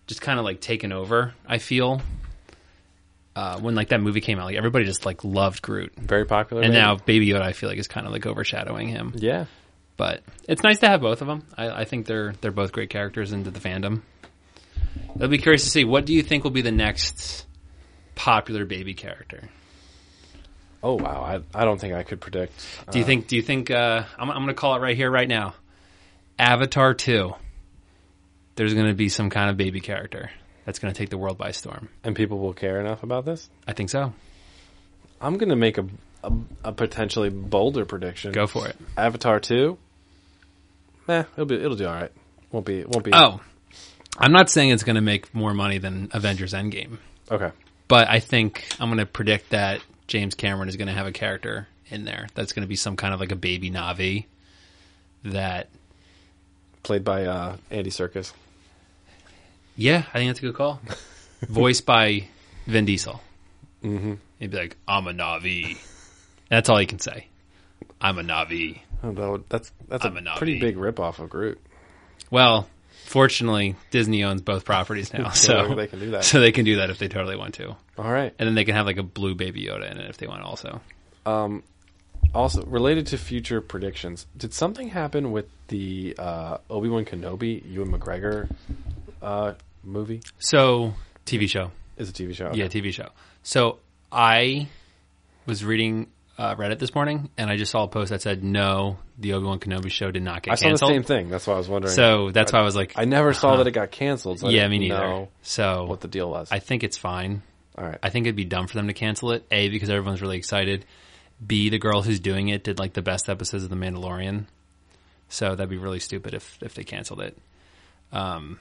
C: just kind of like taken over. I feel uh, when like that movie came out, like everybody just like loved Groot,
D: Very popular.
C: and
D: baby.
C: now Baby Yoda, I feel like is kind of like overshadowing him
D: yeah.
C: but it's nice to have both of them. I, I think they're they're both great characters into the fandom. I'll be curious to see what do you think will be the next popular baby character.
D: Oh wow, I, I don't think I could predict.
C: Do you think? Do you think? Uh, I'm, I'm going to call it right here, right now. Avatar two. there's going to be some kind of baby character that's going to take the world by storm.
D: and people will care enough about this.
C: I think so.
D: I'm going to make a, a a potentially bolder prediction.
C: Go for it.
D: Avatar two. Meh, it'll be it'll do all right. Won't be won't be.
C: Oh, I'm not saying it's going to make more money than Avengers Endgame,
D: okay.
C: but I think I'm going to predict that James Cameron is going to have a character in there that's going to be some kind of like a baby Navi that
D: Played by uh, Andy Circus.
C: Yeah, I think that's a good call. Voiced by Vin Diesel. Mm-hmm. He'd be like, "I'm a Navi." That's all he can say. I'm a Navi.
D: Although Oh, that's that's
C: I'm a
D: a
C: Na'vi.
D: pretty big rip off of Groot.
C: Well, fortunately, Disney owns both properties now, so,
D: they can do that.
C: So they can do that if they totally want to,
D: All right.
C: and then they can have like a blue Baby Yoda in it if they want. Also,
D: Also related to future predictions, did something happen with the uh, Obi Wan Kenobi Ewan McGregor uh, movie?
C: so TV show,
D: Is a TV show.
C: yeah, TV show. So I was reading uh, Reddit this morning, and I just saw a post that said, "No, the Obi Wan Kenobi show did not get
D: I saw
C: canceled."
D: the same thing. That's why I was wondering.
C: So that's why I was like,
D: I never saw
C: huh.
D: that it got canceled. So I
C: yeah,
D: didn't
C: me neither.
D: know
C: so
D: what the deal was?
C: I think it's fine.
D: All right.
C: I think it'd be dumb for them to cancel it. A because everyone's really excited. B the girl who's doing it did like the best episodes of The Mandalorian, so that'd be really stupid if if they canceled it. Um,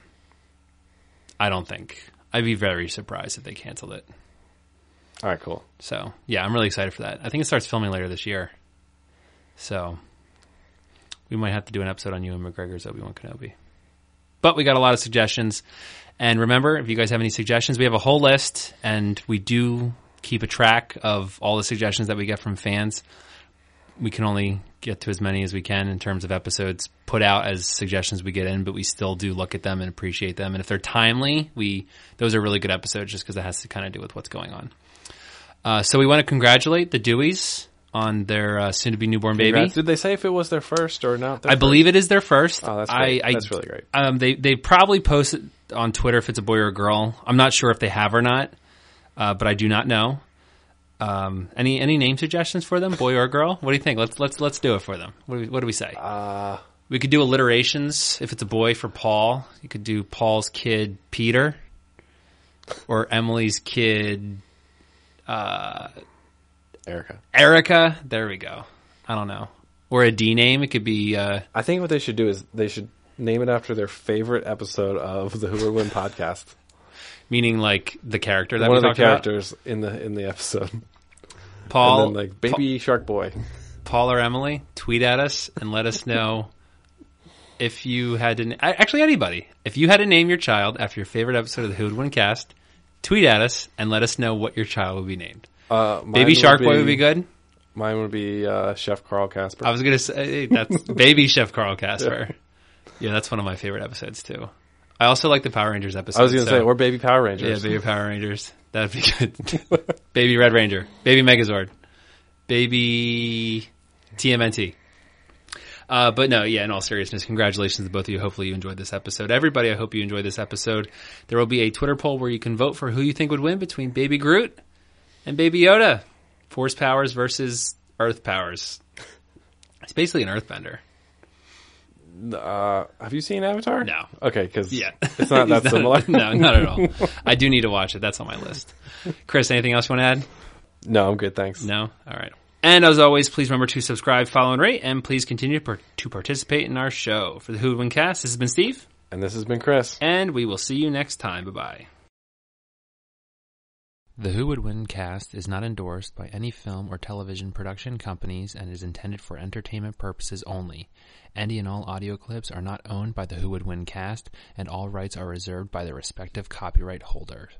C: I don't think I'd be very surprised if they canceled it.
D: All right. Cool.
C: So yeah, I'm really excited for that. I think it starts filming later this year, so we might have to do an episode on you and McGregor's Obi Wan Kenobi. But we got a lot of suggestions, and remember, if you guys have any suggestions, we have a whole list, and we do keep a track of all the suggestions that we get from fans. We can only get to as many as we can in terms of episodes put out as suggestions we get in, but we still do look at them and appreciate them. And if they're timely, we those are really good episodes just because it has to kind of do with what's going on. Uh, so we want to congratulate the Deweys on their uh, soon-to-be newborn baby.
D: Congrats. Did they say if it was their first or not? Their
C: I believe it is their first.
D: Oh, that's
C: I,
D: great.
C: I,
D: That's really great.
C: Um, they they probably post it on Twitter if it's a boy or a girl. I'm not sure if they have or not, uh, but I do not know. Um, any any name suggestions for them, boy or girl? What do you think? Let's let's let's do it for them. What do we, what do we say? Uh, we could do alliterations if it's a boy for Paul. You could do Paul's kid Peter, or Emily's kid
D: Erica.
C: Erica. There we go. I don't know. Or a D name. It could be. Uh,
D: I think what they should do is they should name it after their favorite episode of the Who Would Win podcast.
C: meaning like the character that
D: One
C: we
D: of the
C: talked about.
D: characters in the in the episode,
C: Paul,
D: and then like baby shark boy.
C: Paul or Emily, tweet at us and let us know if you had to. a- Actually, anybody, if you had to name your child after your favorite episode of the Who Would Win cast, tweet at us and let us know what your child would be named.
D: Uh, mine
C: Baby Shark Boy would be good.
D: Mine would be uh, Chef Carl Casper.
C: I was gonna say that's Baby Chef Carl Casper. Yeah, that's one of my favorite episodes too. I also like the Power Rangers episode.
D: I was gonna say
C: so-
D: or baby Power
C: yeah,
D: Rangers.
C: Baby Power Rangers. That'd be good. baby Red Ranger, Baby Megazord, Baby TMNT. Uh, but no, yeah, in all seriousness, congratulations to both of you. Hopefully you enjoyed this episode. Everybody, I hope you enjoyed this episode. There will be a Twitter poll where you can vote for who you think would win between Baby Groot and Baby Yoda. Force powers versus Earth powers. It's basically an Earthbender.
D: Uh, have you seen Avatar?
C: No.
D: Okay, because
C: Yeah.
D: it's not that
C: It's
D: similar.
C: no, not at all. I do need to watch it. That's on my list. Chris, anything else you want to add?
D: no, I'm good. Thanks.
C: No? All right. And as always, please remember to subscribe, follow, and rate, and please continue to, par- to participate in our show. For the Who Would Win cast, this has been Steve,
D: And this has been Chris.
C: and we will see you next time. Bye bye. The Who Would Win cast is not endorsed by any film or television production companies and is intended for entertainment purposes only. Any and all audio clips are not owned by the Who Would Win cast, and all rights are reserved by their respective copyright holders.